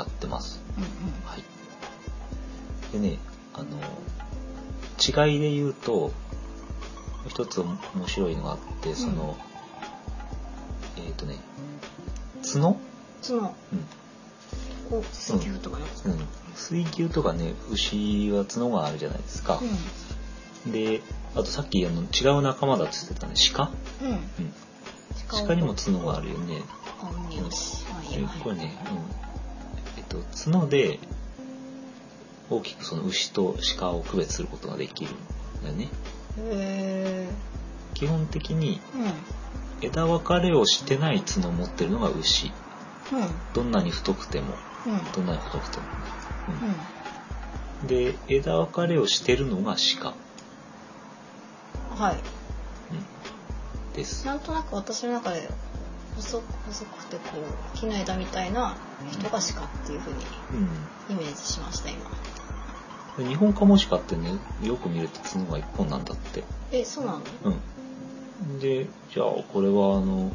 Speaker 1: ってますはい。でね、あの、違いで言うと、一つ面白いのがあって、その、えっ、とね、角、
Speaker 2: その
Speaker 1: うん、
Speaker 2: こう水牛とかね、
Speaker 1: うん。水牛とかね、牛は角があるじゃないですか
Speaker 2: う。ん
Speaker 1: で、あとさっきあの違う仲間だって言ってたね、鹿、
Speaker 2: うん
Speaker 1: うん、
Speaker 2: を
Speaker 1: 鹿にも角があるよね。
Speaker 2: あうんよしまあいい
Speaker 1: え
Speaker 2: や
Speaker 1: こ
Speaker 2: は
Speaker 1: れ
Speaker 2: い
Speaker 1: ね、うん、えっと角で大きくその牛と鹿を区別することができるんだよね
Speaker 2: へ
Speaker 1: 基本的に
Speaker 2: ーうん
Speaker 1: 枝分かれをしてない角を持ってるのが牛
Speaker 2: うん
Speaker 1: どんなに太くても
Speaker 2: うん
Speaker 1: どんなに太くても、
Speaker 2: うん
Speaker 1: うんで枝分かれをしてるのが鹿、
Speaker 2: はい
Speaker 1: うん、です
Speaker 2: なんとなく私の中で細く細くてこう木の枝みたいな人が鹿っていう風に
Speaker 1: うん
Speaker 2: イメージしました今
Speaker 1: で日本カモシカってねよく見ると角が一本なんだって
Speaker 2: えそうなの
Speaker 1: うん。で、じゃあ、これは、あの、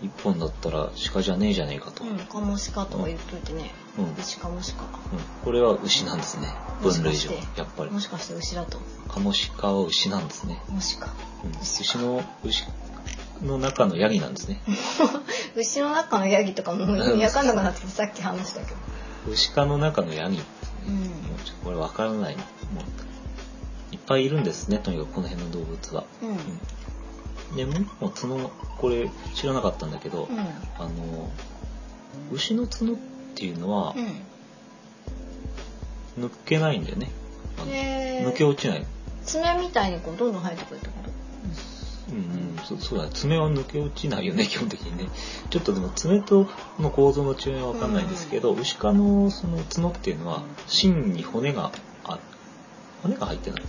Speaker 1: 一本だったら鹿じゃねえじゃねえかと。
Speaker 2: うん、カモシカとか言っといてね。
Speaker 1: うん
Speaker 2: うシカモシカ。
Speaker 1: うんこれは牛なんですね。分類上
Speaker 2: もしかし。て
Speaker 1: やっぱり。
Speaker 2: もしかして牛だと。
Speaker 1: カモシカは牛なんですね。
Speaker 2: もしか。
Speaker 1: うん牛の、牛の中のヤギなんですね。
Speaker 2: 牛の中のヤギとかもう意味わかんなくなってきてさっき話したけど。
Speaker 1: 牛科の中のヤギ。も
Speaker 2: うん。
Speaker 1: うちょっとこれわからない。もういっぱいいるんですね、とにかくこの辺の動物は。
Speaker 2: うん。
Speaker 1: うんで、もう一本角、これ知らなかったんだけど、
Speaker 2: うん。
Speaker 1: あの、牛の角っていうのは
Speaker 2: う
Speaker 1: 抜けないんだよね。あ
Speaker 2: ん。
Speaker 1: の
Speaker 2: へ
Speaker 1: 抜け
Speaker 2: ー
Speaker 1: 落ちない。
Speaker 2: 爪みたいにこうどんどん生えてくるってこと
Speaker 1: うんうん、そそうだね爪は抜け落ちないよね基 *laughs* 本的にねちょっとでも爪との構造の違いは分かんないんですけど、牛科のその角っていうのは芯に骨があ骨が入ってない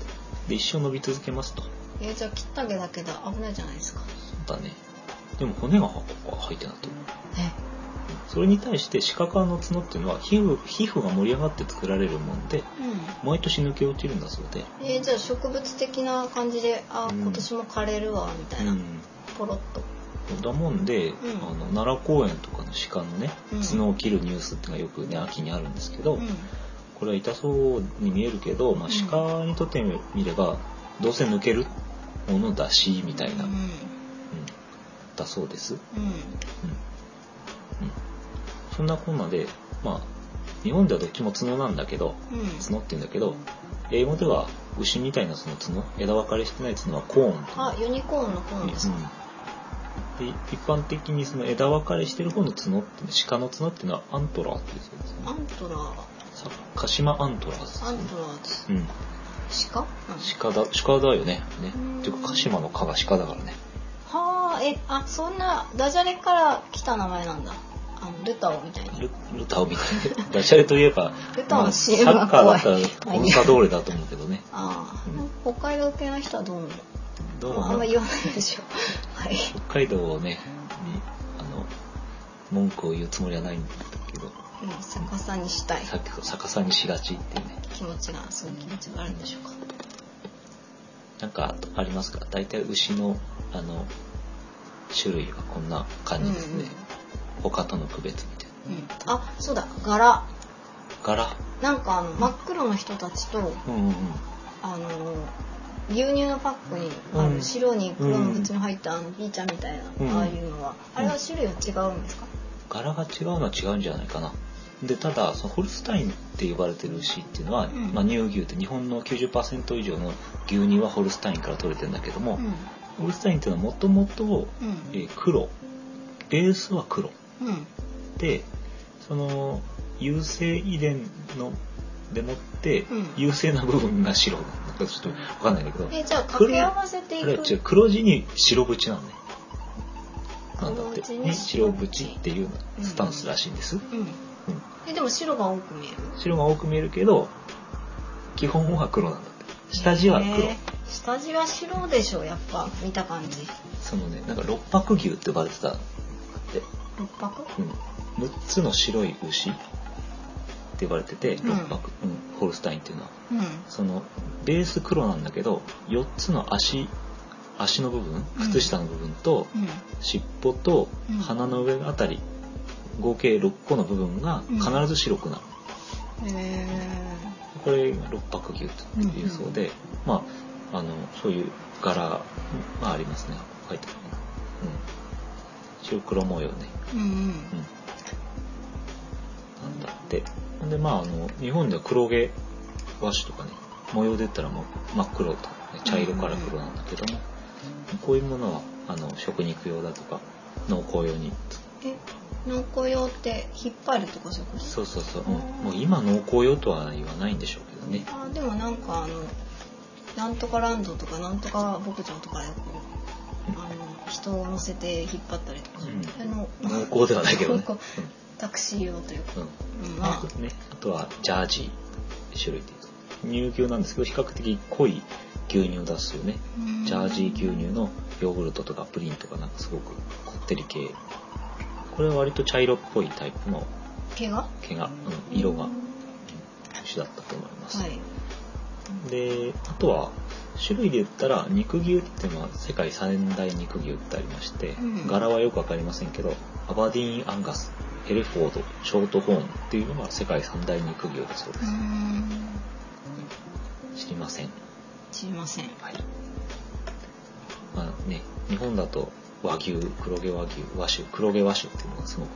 Speaker 1: で一生伸び続けますとそ
Speaker 2: えーじゃあ切った毛だけだ危ないじゃないですか。
Speaker 1: うだねでも骨がは入ってないと
Speaker 2: え。
Speaker 1: それに対して鹿科の角っていうのは皮膚皮膚が盛り上がって作られるもんで
Speaker 2: うん。
Speaker 1: 毎年抜け落ちるんだそうで、
Speaker 2: えーじゃあ植物的な感じであ
Speaker 1: うん
Speaker 2: 今年も枯れるわみたいな、
Speaker 1: うん
Speaker 2: ポロッと
Speaker 1: だもんで、
Speaker 2: うん
Speaker 1: あの奈良公園とかの鹿のね
Speaker 2: うん
Speaker 1: 角を切るニュースっていうのがよくね秋にあるんですけど、
Speaker 2: うん
Speaker 1: これは痛そうに見えるけど、まあ
Speaker 2: うん、
Speaker 1: 鹿にとってみればどうせ抜けるものだしみたいな、
Speaker 2: う
Speaker 1: うんんだそうです、うん
Speaker 2: う
Speaker 1: うんそんなこんなでまあ日本ではどっちも角なんだけど
Speaker 2: んうん
Speaker 1: 角って言うんだけど英語では牛みたいなその角枝分かれしてない角はコーンと
Speaker 2: あユニコーンのコーンですか、
Speaker 1: うん、で一般的にその枝分かれしてる方の角って鹿の角っていうのはアントラーって言うんですよ
Speaker 2: ア
Speaker 1: ね
Speaker 2: ントラー
Speaker 1: さ鹿島アントラーですよ
Speaker 2: アン
Speaker 1: ね
Speaker 2: トラーズ
Speaker 1: うん
Speaker 2: 鹿、うん、
Speaker 1: 鹿だ鹿だよね。ね
Speaker 2: うん
Speaker 1: ていうか鹿島の鹿が鹿だからね。
Speaker 2: はあえあそんなダジャレから来た名前なんだあのルタオみたいに
Speaker 1: ルルタオみたい
Speaker 2: *laughs*
Speaker 1: な。ダジャレといえば、
Speaker 2: ルタオ
Speaker 1: ま
Speaker 2: の
Speaker 1: あサ
Speaker 2: CM が
Speaker 1: ッカー
Speaker 2: 怖
Speaker 1: だ
Speaker 2: い
Speaker 1: ったら
Speaker 2: まあ
Speaker 1: コ
Speaker 2: いい
Speaker 1: ル
Speaker 2: や
Speaker 1: サドーレだと思うけどね。
Speaker 2: あ
Speaker 1: うん
Speaker 2: あ北海道系の人はどう思う
Speaker 1: どう
Speaker 2: まああん
Speaker 1: も
Speaker 2: ま
Speaker 1: ね
Speaker 2: 言わないでしょ *laughs* はい
Speaker 1: 北海道をね、にあの文句を言うつもりはないんだけど、
Speaker 2: うん逆さにしたい
Speaker 1: さっき逆さにしがちっていうね。
Speaker 2: 気持ちがそういう気持ちがあるんでしょうか
Speaker 1: なんかありますか。大体牛のあの種類はこんな感じですね。他との区別みたいな。
Speaker 2: うんうんうん、あそうだ柄
Speaker 1: 柄。
Speaker 2: なんかあの真っ黒の人たちと
Speaker 1: うんうんうん。
Speaker 2: あの牛乳のパックにあ
Speaker 1: う
Speaker 2: る
Speaker 1: ん
Speaker 2: 白に黒の縁の入ったあのピーちゃんみたいな、
Speaker 1: うん
Speaker 2: ああいうのはあれは種類は違うんですか、
Speaker 1: 柄が違うのは違うんじゃないかな。でただそのホルスタインって呼ばれてる牛っていうのは、
Speaker 2: うん
Speaker 1: まあ、乳牛って日本の90%以上の牛乳はホルスタインから取れてるんだけども、
Speaker 2: うん
Speaker 1: ホルスタインっていうのはもともとえー黒ベースは黒
Speaker 2: うんうん
Speaker 1: でその優性遺伝のでもって
Speaker 2: うん
Speaker 1: 優性な部分が白なんかちょっと分かんないんだけど
Speaker 2: えじゃあ掛け合わせてい
Speaker 1: あれ
Speaker 2: く
Speaker 1: は違う黒地に白縁なのねなんだっ
Speaker 2: 黒
Speaker 1: て
Speaker 2: 地
Speaker 1: に
Speaker 2: に
Speaker 1: 白
Speaker 2: 白縁
Speaker 1: 縁っていうスタンスらしいんです、
Speaker 2: うん
Speaker 1: うん
Speaker 2: えでも白が多く見える
Speaker 1: 白が多く見えるけど基本は黒なんだって下地は黒、
Speaker 2: えー下地は白でしょやっぱ見た感じ
Speaker 1: そのねなんか六白牛って呼ばれてたんだって、
Speaker 2: 六白
Speaker 1: うん、6つの白い牛って呼ばれてて
Speaker 2: うん
Speaker 1: 六白、うんホルスタインっていうのは
Speaker 2: うん
Speaker 1: そのベース黒なんだけど4つの足足の部分
Speaker 2: うん
Speaker 1: 靴下の部分と
Speaker 2: うん
Speaker 1: 尻尾と
Speaker 2: うん
Speaker 1: 鼻の上あたり合計6個の部分が必ず白くなる、
Speaker 2: え
Speaker 1: これが六白牛っていうそうで、まああのそういう柄がありますね書いてあるかな、うん、白黒模様ね、
Speaker 2: ー、うんうん
Speaker 1: うん、なんだってほんでまああの日本では黒毛和紙とかね模様で言ったらもう真っ黒と、ね、茶色から黒なんだけども、こういうものはあの食肉用だとか農耕用に
Speaker 2: え農耕用って引っ張るとかそういうこと
Speaker 1: そうそうそう、うんもう今農耕用とは言わないんでしょうけどね
Speaker 2: あでもなんかあのなんとかランドとかなんとか牧場とかでこう
Speaker 1: うん
Speaker 2: あの人を乗せて引っ張ったりとか、
Speaker 1: うん
Speaker 2: あの
Speaker 1: 農耕ではないけどね
Speaker 2: 農耕 *laughs* タクシー用というか、
Speaker 1: うん、うん
Speaker 2: うん
Speaker 1: あ
Speaker 2: ま
Speaker 1: とね、あとはジャージー種類でいうと乳牛なんですけど比較的濃い牛乳を出すよね
Speaker 2: あ、
Speaker 1: ジャージー牛乳のヨーグルトとかプリンとかなんかすごくこってり系これは割と茶色っぽいタイプの
Speaker 2: 毛が
Speaker 1: 毛が、うん、色が
Speaker 2: うん
Speaker 1: 牛だったと思います、
Speaker 2: はい
Speaker 1: であとは種類で言ったら肉牛っていうのは世界三大肉牛ってありまして、
Speaker 2: うん
Speaker 1: 柄はよくわかりませんけどアバディーン・アンガスヘルフォードショートホーンっていうのが世界三大肉牛だそうで
Speaker 2: うーん
Speaker 1: す知りません
Speaker 2: 知りません
Speaker 1: はいまあね日本だと和牛黒毛和牛和種黒毛和種っていうのがすごく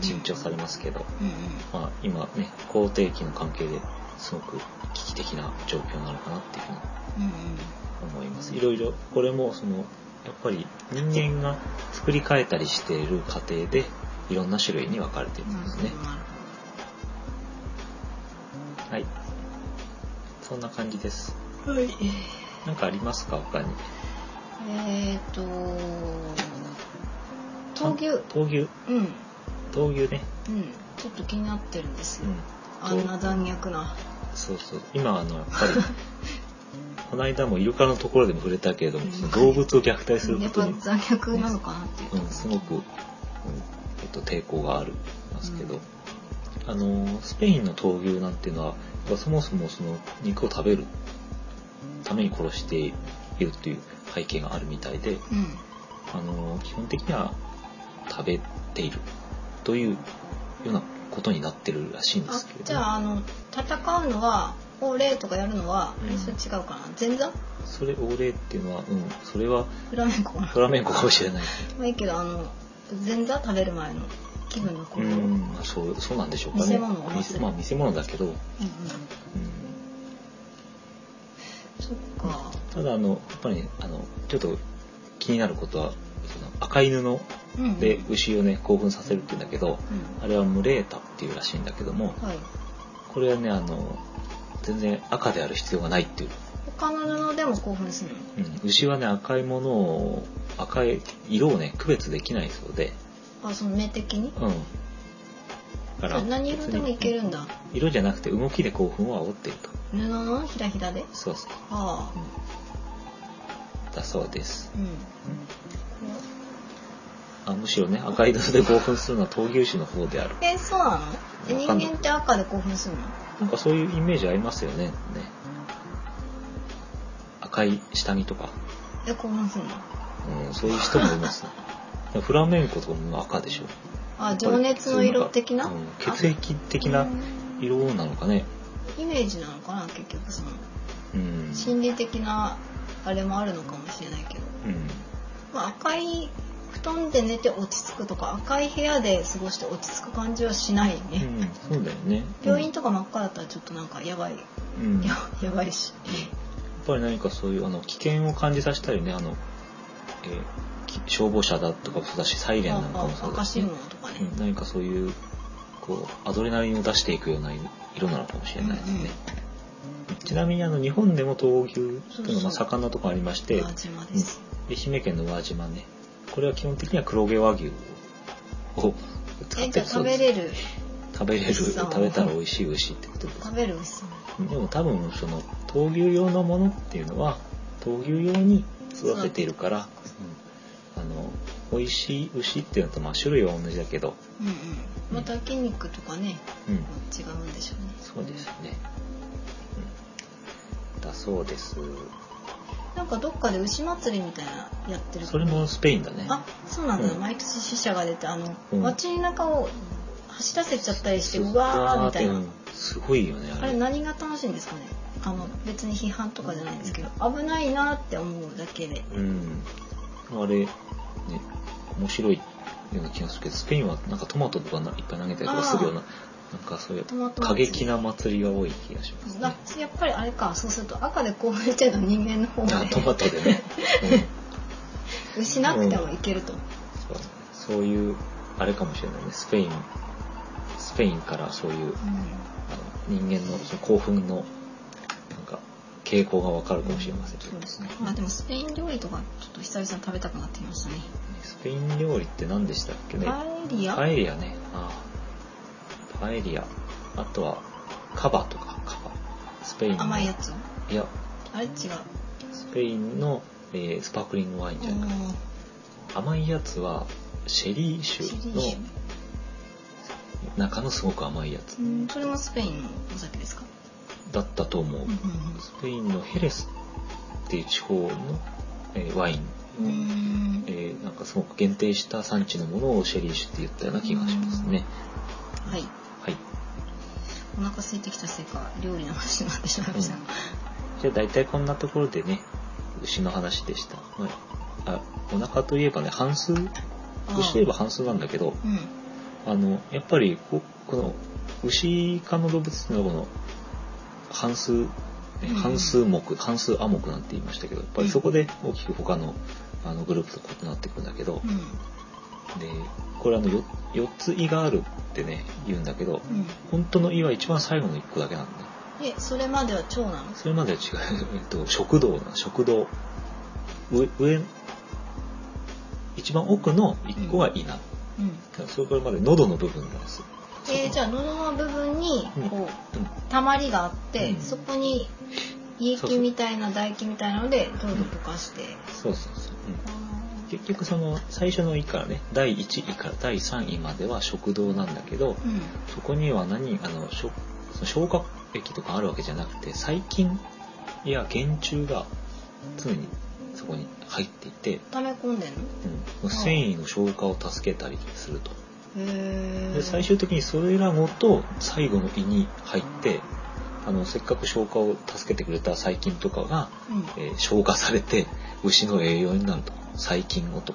Speaker 1: 珍重されますけど、
Speaker 2: うんうん
Speaker 1: まあ、今ね好定期の関係ですごく危機的な状況なのかなっていうふうに
Speaker 2: うん
Speaker 1: 思いますいろいろこれもそのやっぱり人間が作り変えたりしている過程でいろんな種類に分かれている
Speaker 2: うん
Speaker 1: ん
Speaker 2: な
Speaker 1: です
Speaker 2: るほど
Speaker 1: ね、
Speaker 2: なる
Speaker 1: はいそんな感じです
Speaker 2: ほどはい
Speaker 1: 何かありますか他に
Speaker 2: えっ、ー、と闘牛
Speaker 1: 闘牛
Speaker 2: うんうん
Speaker 1: 闘牛ね
Speaker 2: ちょっと気になってるんです
Speaker 1: う
Speaker 2: よ、
Speaker 1: ん
Speaker 2: あんな残虐な
Speaker 1: そうそう今あのやっ *laughs* ぱりこの間もイルカのところでも触れたけれども、その動物を虐待するこ
Speaker 2: やっ
Speaker 1: と
Speaker 2: ぱ
Speaker 1: に
Speaker 2: 残虐なのかなっていう、
Speaker 1: うん、すごく、うんえっと、抵抗があるんですけど、
Speaker 2: うん
Speaker 1: あのスペインの闘牛なんていうのはそもそもその肉を食べるために殺しているという背景があるみたいで
Speaker 2: うん
Speaker 1: あの基本的には食べているというようなことになってるらしいんで
Speaker 2: あ
Speaker 1: すけれ
Speaker 2: じ
Speaker 1: ど
Speaker 2: ゃああの戦うのは法令とかやるのは、
Speaker 1: うん
Speaker 2: それ違うかな前座
Speaker 1: それオーレっていうのは、うん、それは
Speaker 2: フラメンコかな
Speaker 1: フラメンコかもしれない。
Speaker 2: まあいいけどあの前座食べる前の気分の
Speaker 1: う
Speaker 2: こ *laughs* う、うんうんうん、
Speaker 1: ん、まあそうそうなんでしょうかね。
Speaker 2: 見せ物お祭り
Speaker 1: まあ見せ物だけど、うん
Speaker 2: そっか
Speaker 1: ただあのやっぱりねあのちょっと気になることはその赤犬の
Speaker 2: うんうん
Speaker 1: で牛をね興奮させるって言うんだけど
Speaker 2: う
Speaker 1: あれはムレータっていうらしいんだけども
Speaker 2: んはい
Speaker 1: これはねあの全然赤である必要がないっていう、
Speaker 2: 他の布でも興奮するの
Speaker 1: うん、牛はね赤いものを赤い色をね区別できないそうで
Speaker 2: あその目的に
Speaker 1: うんだから
Speaker 2: 何色でもいけるんだ
Speaker 1: 色じゃなくて動きで興奮を煽っていると
Speaker 2: 布のひらひらで
Speaker 1: そうそう、
Speaker 2: ああ
Speaker 1: うん、だそうです
Speaker 2: うん
Speaker 1: あむしろね赤い色で興奮するのは闘牛士の方である
Speaker 2: えそうなのえ
Speaker 1: わか
Speaker 2: 人
Speaker 1: んない
Speaker 2: 間って赤で興奮するの
Speaker 1: なんかそういうイメージありますよね。ね赤い下着とか、
Speaker 2: え興奮するの
Speaker 1: うん、そういう人もいます、ね。フラメンコとかも赤でしょ。
Speaker 2: あ情熱の色的な、
Speaker 1: うん血液的
Speaker 2: あ
Speaker 1: な
Speaker 2: うん
Speaker 1: 色なのかね。
Speaker 2: イメージなのかな結局その
Speaker 1: うん。
Speaker 2: 心理的なあれもあるのかもしれないけど、
Speaker 1: うん。
Speaker 2: まあ、赤い布団で寝て落ち着くとか赤い部屋で過ごして落ち着く感じはしないね、
Speaker 1: うん、そうだよね。
Speaker 2: 病院とか真っ赤だったらちょっとなんかやばい、
Speaker 1: うん、うん。や
Speaker 2: や
Speaker 1: っ
Speaker 2: *laughs* やばいし
Speaker 1: ぱり何かそういうあの危険を感じさせたりね、あの、えーき消防車だとかもそうだし、サイレンなんかも
Speaker 2: ああ
Speaker 1: そうだ
Speaker 2: 赤
Speaker 1: し、
Speaker 2: 信号とかね、
Speaker 1: うん、何かそういうこうアドレナリンを出していくような色なのかもしれないですね、ちなみにあの日本でも闘牛というのが盛んなところありまして
Speaker 2: 宇和島です、
Speaker 1: 愛媛県の宇和島ねこれは基本的には黒毛和牛をを使
Speaker 2: え
Speaker 1: っ
Speaker 2: じ
Speaker 1: て
Speaker 2: ゃあ
Speaker 1: る
Speaker 2: 食
Speaker 1: そう
Speaker 2: べ
Speaker 1: です
Speaker 2: れる
Speaker 1: 食べれる
Speaker 2: 美味しそう
Speaker 1: 食べたら美味しい牛ってことです
Speaker 2: 食べる牛さん
Speaker 1: でも多分その闘牛用のものっていうのは闘牛用に育てているから、うん、あの美味しい牛っていうのとまあ種類は同じだけど、
Speaker 2: うんうんまた筋肉とかね
Speaker 1: うん、
Speaker 2: 違うんでしょうね
Speaker 1: そうですね。うん、だそうです。
Speaker 2: なんかどっかで牛祭りみたいなやってる
Speaker 1: それもスペインだね。
Speaker 2: あそうなんだ、
Speaker 1: うん
Speaker 2: 毎年死者が出てあの、
Speaker 1: うん
Speaker 2: 街の中を走らせちゃったりして
Speaker 1: そう
Speaker 2: わーみたいな、
Speaker 1: うんすごいよね、あ
Speaker 2: あれ
Speaker 1: れ。
Speaker 2: 何が楽しいんですかねあの別に批判とかじゃないんですけど危ないなって思うだけで
Speaker 1: うん。あれ、ね、面白いような気がするけど、スペインはなんかトマトとかないっぱい投げたりとかするような、なんかそういう
Speaker 2: トマト
Speaker 1: 過
Speaker 2: 祭り
Speaker 1: 激な祭りが多い気がしますね
Speaker 2: な。やっぱりあれかそうすると赤で興奮してるのは人間の方
Speaker 1: あ
Speaker 2: で
Speaker 1: トマトで
Speaker 2: *laughs*
Speaker 1: ね、
Speaker 2: 失なくてもいけると、
Speaker 1: うんそう。そういう、あれかもしれないね、スペイン、スペインからそういうあの人間のその興奮のなんか傾向がわかるかもしれませんけど、
Speaker 2: そうですねまあでもスペイン料理とかちょっと久々に食べたくなってきましたね
Speaker 1: スペイン料理って何でしたっけね
Speaker 2: パエリア、
Speaker 1: パエリアねああパエリアあとはカバとかカバスペインの
Speaker 2: 甘いやつ
Speaker 1: いや
Speaker 2: あれ違う
Speaker 1: スペインの、えースパークリングワインじゃないか
Speaker 2: うん
Speaker 1: 甘いやつはシェリー酒
Speaker 2: シェリー
Speaker 1: の
Speaker 2: 酒
Speaker 1: 中のすごく甘いやつ
Speaker 2: うんそれもスペインのお酒ですか
Speaker 1: だったと思う、
Speaker 2: うんうんうん
Speaker 1: スペインのヘレスっっていう地方の、えーワイン、
Speaker 2: うーん
Speaker 1: えーなんかすごく限定した産地のものをシェリー酒って言ったような気がしますね。
Speaker 2: はい
Speaker 1: はい。
Speaker 2: お腹空いてきたせいか料理の話になってしまいましたが、
Speaker 1: じゃあ大体こんなところでね、牛の話でした。はいあお腹といえばね、半数、
Speaker 2: あー
Speaker 1: 牛といえば半数なんだけど、
Speaker 2: うん
Speaker 1: あの、やっぱりこ、この、牛科の動物っていうのはこの、半数、ね
Speaker 2: うん
Speaker 1: 半数目、半数亜目なんて言いましたけど、やっぱりそこで大きく他のあのグループと異なっていくんだけど、
Speaker 2: うん
Speaker 1: で、これあのよ、4つ胃があるってね、言うんだけど、
Speaker 2: うん
Speaker 1: 本当の胃は一番最後の1個だけなんだね。
Speaker 2: えそれまでは腸なの
Speaker 1: それまでは違う、えっと、食堂な、食堂。上、上、一番奥の1個が胃な。
Speaker 2: うん
Speaker 1: それからまで喉の部分なんです。
Speaker 2: えーじゃあ喉の部分に
Speaker 1: うん
Speaker 2: こ
Speaker 1: うん
Speaker 2: うたまりがあって、
Speaker 1: うん
Speaker 2: そこに胃液みたいな唾液みたいなのでどんどん溶かして、
Speaker 1: そうそうそう。うん結局その最初の胃からね第1位から第3位までは食道なんだけど
Speaker 2: うん
Speaker 1: そこには何あのしょその消化液とかあるわけじゃなくて細菌や原虫が常にそこに入っていて、
Speaker 2: 溜め込んでんの
Speaker 1: うん、繊維の消化を助けたりすると
Speaker 2: へえ
Speaker 1: で最終的にそれらごと最後の胃に入ってあのせっかく消化を助けてくれた細菌とかが、
Speaker 2: うん
Speaker 1: えー消化されて牛の栄養になると細菌ごと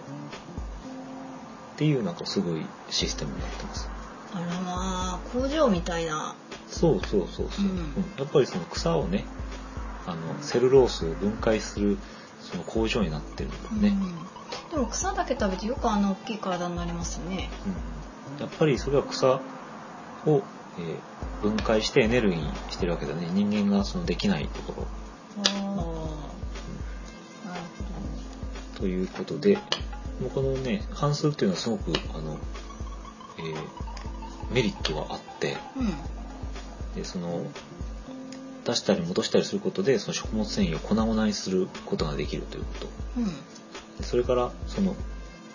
Speaker 1: っていうなんかすごいシステムになってます
Speaker 2: あらまあ工場みたいな
Speaker 1: そうそうそうそう、
Speaker 2: うん
Speaker 1: やっぱりその草をねあのセルロースを分解するその工場になってるんだよね、
Speaker 2: うん、でも草だけ食べてよくあの大きい体になりますよね
Speaker 1: うんやっぱりそれは草を、えー分解してエネルギーにしてるわけだね人間がそのできないところ
Speaker 2: ああなるほ
Speaker 1: ということでもうこのね関数っていうのはすごくあの、えーメリットがあって
Speaker 2: どうん
Speaker 1: でその出したり戻したりすることでその食物繊維を粉々にすることができるということ
Speaker 2: うん
Speaker 1: でそれからその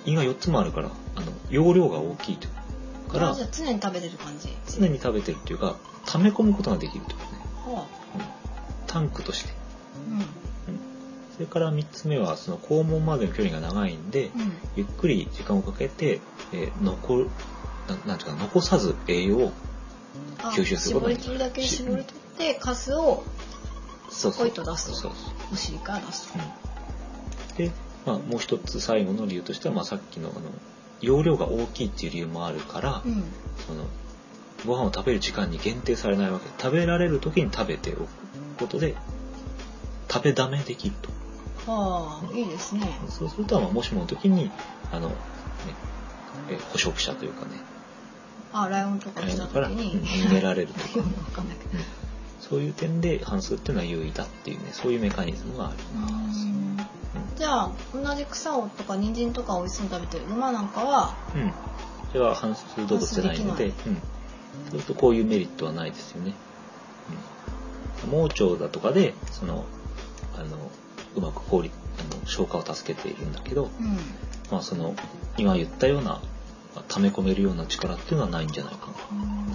Speaker 1: 胃が4つもあるからあの容量が大きいというか
Speaker 2: あ
Speaker 1: ら
Speaker 2: じゃあ常に食べてる感じ
Speaker 1: 常に食べてるっていうか溜め込むことができるというね
Speaker 2: は
Speaker 1: タンクとして、
Speaker 2: あうん
Speaker 1: うんそれから3つ目はその肛門までの距離が長いんで、
Speaker 2: うん
Speaker 1: ゆっくり時間をかけて、えー残るななんていうか残さず栄養を
Speaker 2: あ
Speaker 1: 吸収すること
Speaker 2: 絞り取るだけ絞り取ってカスを
Speaker 1: そう
Speaker 2: ポイと出すと
Speaker 1: そうそう
Speaker 2: お尻から出すと
Speaker 1: うんで、まあ、もう一つ最後の理由としては、まあ、さっきのあの容量が大きいっていう理由もあるから、
Speaker 2: うん
Speaker 1: そのご飯を食べる時間に限定されないわけ食べられる時に食べておくことで食べだめできると
Speaker 2: はあいいですね
Speaker 1: そうすると、まあもしもの時に、あの、ね、え捕食者というかね、
Speaker 2: あライオンとか来た時に
Speaker 1: うん逃げられるとか
Speaker 2: よくわかんないけど
Speaker 1: そういう点で半数っていうのは優位だっていうね、そういうメカニズムがあります。
Speaker 2: じゃあ同じ草をとか人参とか美味しそうに食べてる馬なんかは
Speaker 1: うん。うん。それは半数動物じゃないので、うん。そうするとこういうメリットはないですよね。うん。盲腸だとかで、その、あの、うまく効率、あの、消化を助けているんだけど、
Speaker 2: うん
Speaker 1: まあその、今言ったような、まあ溜め込めるような力っていうのはないんじゃないかな。
Speaker 2: うん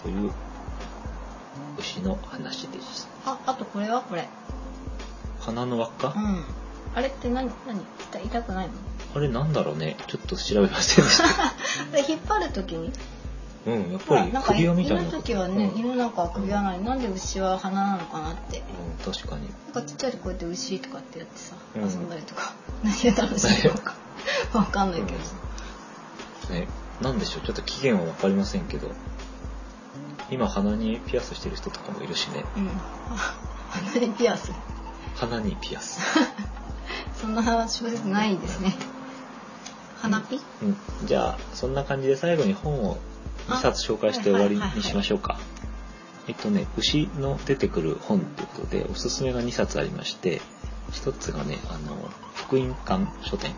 Speaker 1: という牛の話でした
Speaker 2: ああとこれはこれ
Speaker 1: 鼻の輪っ
Speaker 2: う
Speaker 1: か、
Speaker 2: んあれって何何痛痛くないの
Speaker 1: あれなんだろうねちょっと調べませんでした
Speaker 2: で引っ張る時に
Speaker 1: *laughs* うんやっぱ
Speaker 2: ほら
Speaker 1: り
Speaker 2: なんか
Speaker 1: 首輪
Speaker 2: 犬
Speaker 1: みたいな
Speaker 2: の時はね、
Speaker 1: うん
Speaker 2: 犬なんかは首輪なのになんで牛は鼻なのかなって
Speaker 1: うん確かに
Speaker 2: なんかちっちゃい時こうやって牛とかってやってさ、
Speaker 1: うん
Speaker 2: 遊んだりとか *laughs* 何やったのしてるのかわかんないけどさ、
Speaker 1: ねなんでしょうちょっと期限は分かりませんけど今鼻にピアスしてる人とかもいるしね
Speaker 2: うん、鼻にピアス
Speaker 1: 鼻にピアス
Speaker 2: そんな小説ないですね鼻ピ、
Speaker 1: うんじゃあそんな感じで最後に本を2冊紹介して終わりにしましょうかえっとね牛の出てくる本ということでおすすめが2冊ありまして1つがねあの福音館書店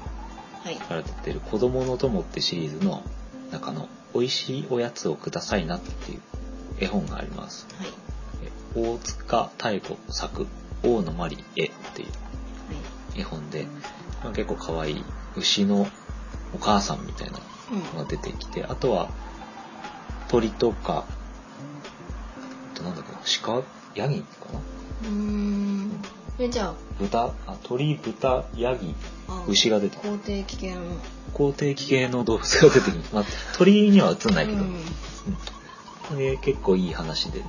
Speaker 2: はい
Speaker 1: から出てる「子供の友」ってシリーズの中の「美味しいおやつをくださいな」っていう絵本があります
Speaker 2: はい
Speaker 1: え大塚妙子作「王のマリ絵」っていう絵本で、まあ、結構可愛い牛のお母さんみたいなのが出てきてあとは鳥とかあとなんだっけな鹿ヤギかな
Speaker 2: はいうんえじゃあ
Speaker 1: 豚、あ鳥、豚、ヤギ、
Speaker 2: あ
Speaker 1: 牛が出てくる。
Speaker 2: 肯定危険
Speaker 1: 肯定期系の動物が出てくる。まあ、鳥には映んないけど。
Speaker 2: うん
Speaker 1: うんで結構いい話でね、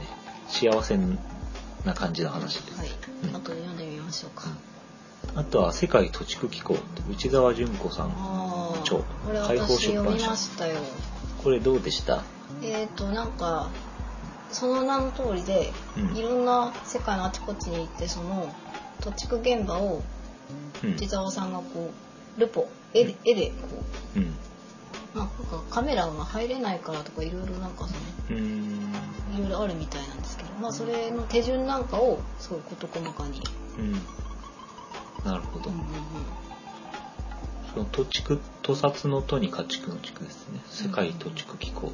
Speaker 1: 幸せな感じの話です。
Speaker 2: はい
Speaker 1: うん
Speaker 2: あとで読んでみましょうか、
Speaker 1: あとは、世界土地区機構、内澤淳子さん。
Speaker 2: ああ
Speaker 1: 超
Speaker 2: これ
Speaker 1: 解放
Speaker 2: 私
Speaker 1: 出
Speaker 2: 読
Speaker 1: 版
Speaker 2: み
Speaker 1: 社
Speaker 2: ましたよ
Speaker 1: これどうでした
Speaker 2: えっ、となんかその名の通りで、
Speaker 1: うん
Speaker 2: いろんな世界のあちこちに行ってその土地区現場を
Speaker 1: うん。
Speaker 2: 地沢さんがこうルポ絵で絵でこ
Speaker 1: うん。
Speaker 2: う、まあ、なんかカメラが入れないからとかいろいろなんかその
Speaker 1: うーん。
Speaker 2: いろいろあるみたいなんですけど、まあ、それの手順なんかをすごい事細かに、
Speaker 1: うん。なるほど。
Speaker 2: うんうんうん
Speaker 1: その土地区、土札の都に家畜の地区ですね。世界土地区機構と。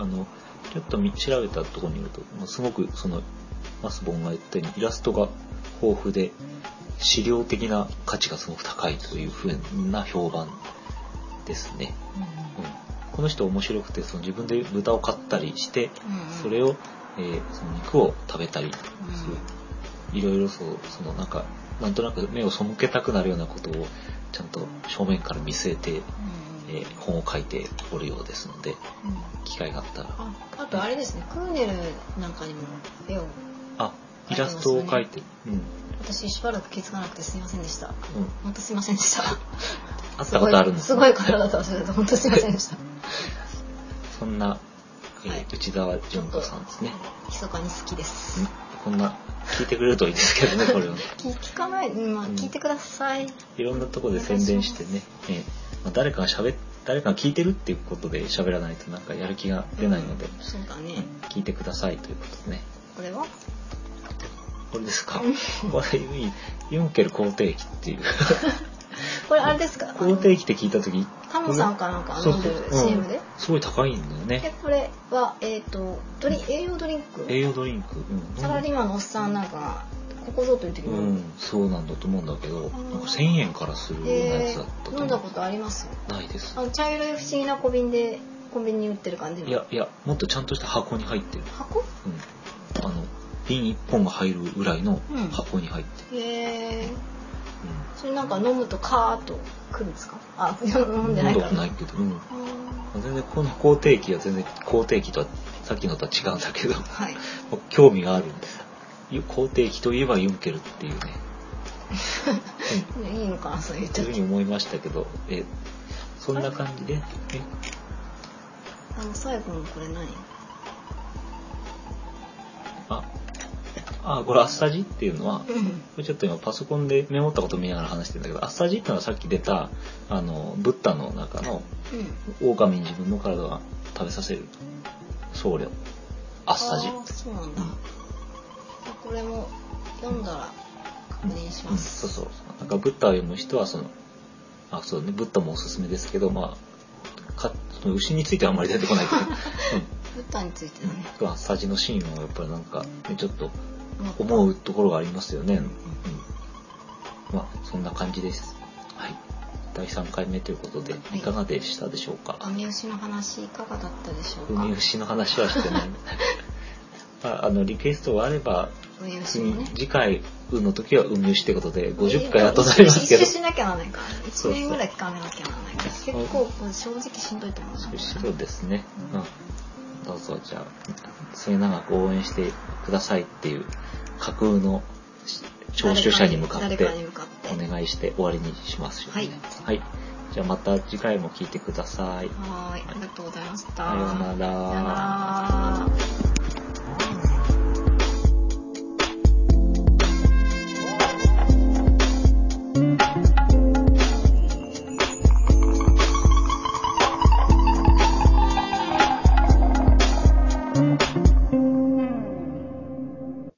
Speaker 1: あの、ちょっと見調べたところによると、まあすごくその、マスボンが言ったようにイラストが豊富で、資料的な価値がすごく高いというふうな評判ですね。うんこの人面白くて、その自分で豚を飼ったりして、
Speaker 2: うんうん
Speaker 1: それを、えーその肉を食べたりする。いろいろそう、そのなんか、なんとなく目を背けたくなるようなことを、ちゃんと正面から見据えて、
Speaker 2: うんうん
Speaker 1: えー本を書いておるようですので、
Speaker 2: うん
Speaker 1: 機会があったら。
Speaker 2: ああとあれですねクーネルなんかにも絵を
Speaker 1: あ、イラストを書いてる。
Speaker 2: 私しばらく気づかなくてすみませんでした
Speaker 1: うん。うん。
Speaker 2: 本当すいません
Speaker 1: *laughs*
Speaker 2: でした
Speaker 1: あったことあるんです
Speaker 2: すごい体だった忘れて本当すいませんでした
Speaker 1: そんな、えー
Speaker 2: はい
Speaker 1: 内澤淳子さんですね。
Speaker 2: 密かに好きです、
Speaker 1: うんこんな、聞いてくれるといいですけどね、これをね。
Speaker 2: 聞聞かない、うんまあ、
Speaker 1: うん
Speaker 2: 聞いてください、
Speaker 1: いろんなとこで宣伝してね、ええまあ、誰かが喋っ誰かが聞いてるっていうことで喋らないとなんかやる気が出ないので、
Speaker 2: そうだね
Speaker 1: 聞いてくださいということでね。
Speaker 2: これは
Speaker 1: これですかこれ、ユンケル肯定期って
Speaker 2: *laughs*
Speaker 1: いう。
Speaker 2: これあれですか
Speaker 1: 肯定期って聞いたとき、
Speaker 2: タモさんかなんか飲んでる
Speaker 1: そうそう
Speaker 2: CM で、
Speaker 1: うんすごい高いんだよ
Speaker 2: で
Speaker 1: ね。
Speaker 2: これはえっ、とドリ栄養ドリンク
Speaker 1: 栄養ドリンク。うん
Speaker 2: サラリーマンのおっさんなんかがここぞという時
Speaker 1: う
Speaker 2: に、
Speaker 1: ん、そうなんだと思うんだけど、なんか
Speaker 2: ん
Speaker 1: 1000円からするようなや
Speaker 2: え
Speaker 1: つだったと
Speaker 2: ー、飲
Speaker 1: 思
Speaker 2: ん
Speaker 1: う
Speaker 2: だことあります
Speaker 1: ないです
Speaker 2: あ。の茶色い不思議な小瓶でコンビニに売ってる感じの
Speaker 1: いや、いや、もっとちゃんとした箱に入ってる。
Speaker 2: 箱
Speaker 1: うん、あの瓶1本が入るぐらいの
Speaker 2: うん
Speaker 1: 箱に入ってる、
Speaker 2: へえそれなんか飲むとカーッとくるんですかあ *laughs* 飲
Speaker 1: うんん、
Speaker 2: でな
Speaker 1: 飲ん
Speaker 2: い
Speaker 1: だ
Speaker 2: か
Speaker 1: ことな
Speaker 2: ら
Speaker 1: いけど、うん
Speaker 2: あー
Speaker 1: 全然この肯定期は全然肯定期とはさっきのとは違うんだけど
Speaker 2: はい
Speaker 1: 僕興味があるんでさ肯定期といえばユンケルっていうね
Speaker 2: *laughs* いいのかなそう言っ
Speaker 1: と
Speaker 2: ち
Speaker 1: いう
Speaker 2: ゃっ
Speaker 1: ふう
Speaker 2: て
Speaker 1: に思いましたけどえそんな感じでえ
Speaker 2: あの最後のこれ何
Speaker 1: ああこれアッサジっていうのは
Speaker 2: うん
Speaker 1: これちょっと今パソコンでメモったこと見ながら話してんだけどアッサジっていうのはさっき出たあのブッダの中の
Speaker 2: うん
Speaker 1: 狼に自分の体が食べさせる僧侶アッサジ
Speaker 2: あーそうなんだこれも読んだら確認し
Speaker 1: うん、
Speaker 2: ま
Speaker 1: そ
Speaker 2: す
Speaker 1: うそうなんかブッダを読む人はそのあそうねブッダもおすすめですけどまあかその牛についてはあんまり出てこないけ
Speaker 2: *laughs*
Speaker 1: ど、
Speaker 2: ブッダについてだね
Speaker 1: うん、アッサジのシーンはやっぱりなんか、ね、ちょっと
Speaker 2: もっと
Speaker 1: 思うところがありますよね、うん、まあそんな感じですはい第3回目ということで
Speaker 2: はい
Speaker 1: いかがでしたでしょうか、
Speaker 2: アミの話いかがだったでしょうか
Speaker 1: 海牛の話はしてない
Speaker 2: *laughs*
Speaker 1: まああのリクエストがあれば
Speaker 2: ウミウシ
Speaker 1: 次
Speaker 2: のね
Speaker 1: 次回「運の時は「運輸し」ってことで50回やっとなりますけど
Speaker 2: 一周しなきゃならないから
Speaker 1: そうそ
Speaker 2: 1
Speaker 1: う
Speaker 2: 年ぐらい聞かなきゃならないから結構こう正直しんどいと思うな
Speaker 1: そうですね、うん、どうぞじゃあ末永く応援してくださいっていう架空の聴取者に向かっ
Speaker 2: 誰
Speaker 1: て
Speaker 2: かに向かって
Speaker 1: お願いして終わりにしますよね
Speaker 2: はい
Speaker 1: はい、じゃあまた次回も聞いてください
Speaker 2: はーいありがとうございました
Speaker 1: さようなら
Speaker 2: さようなら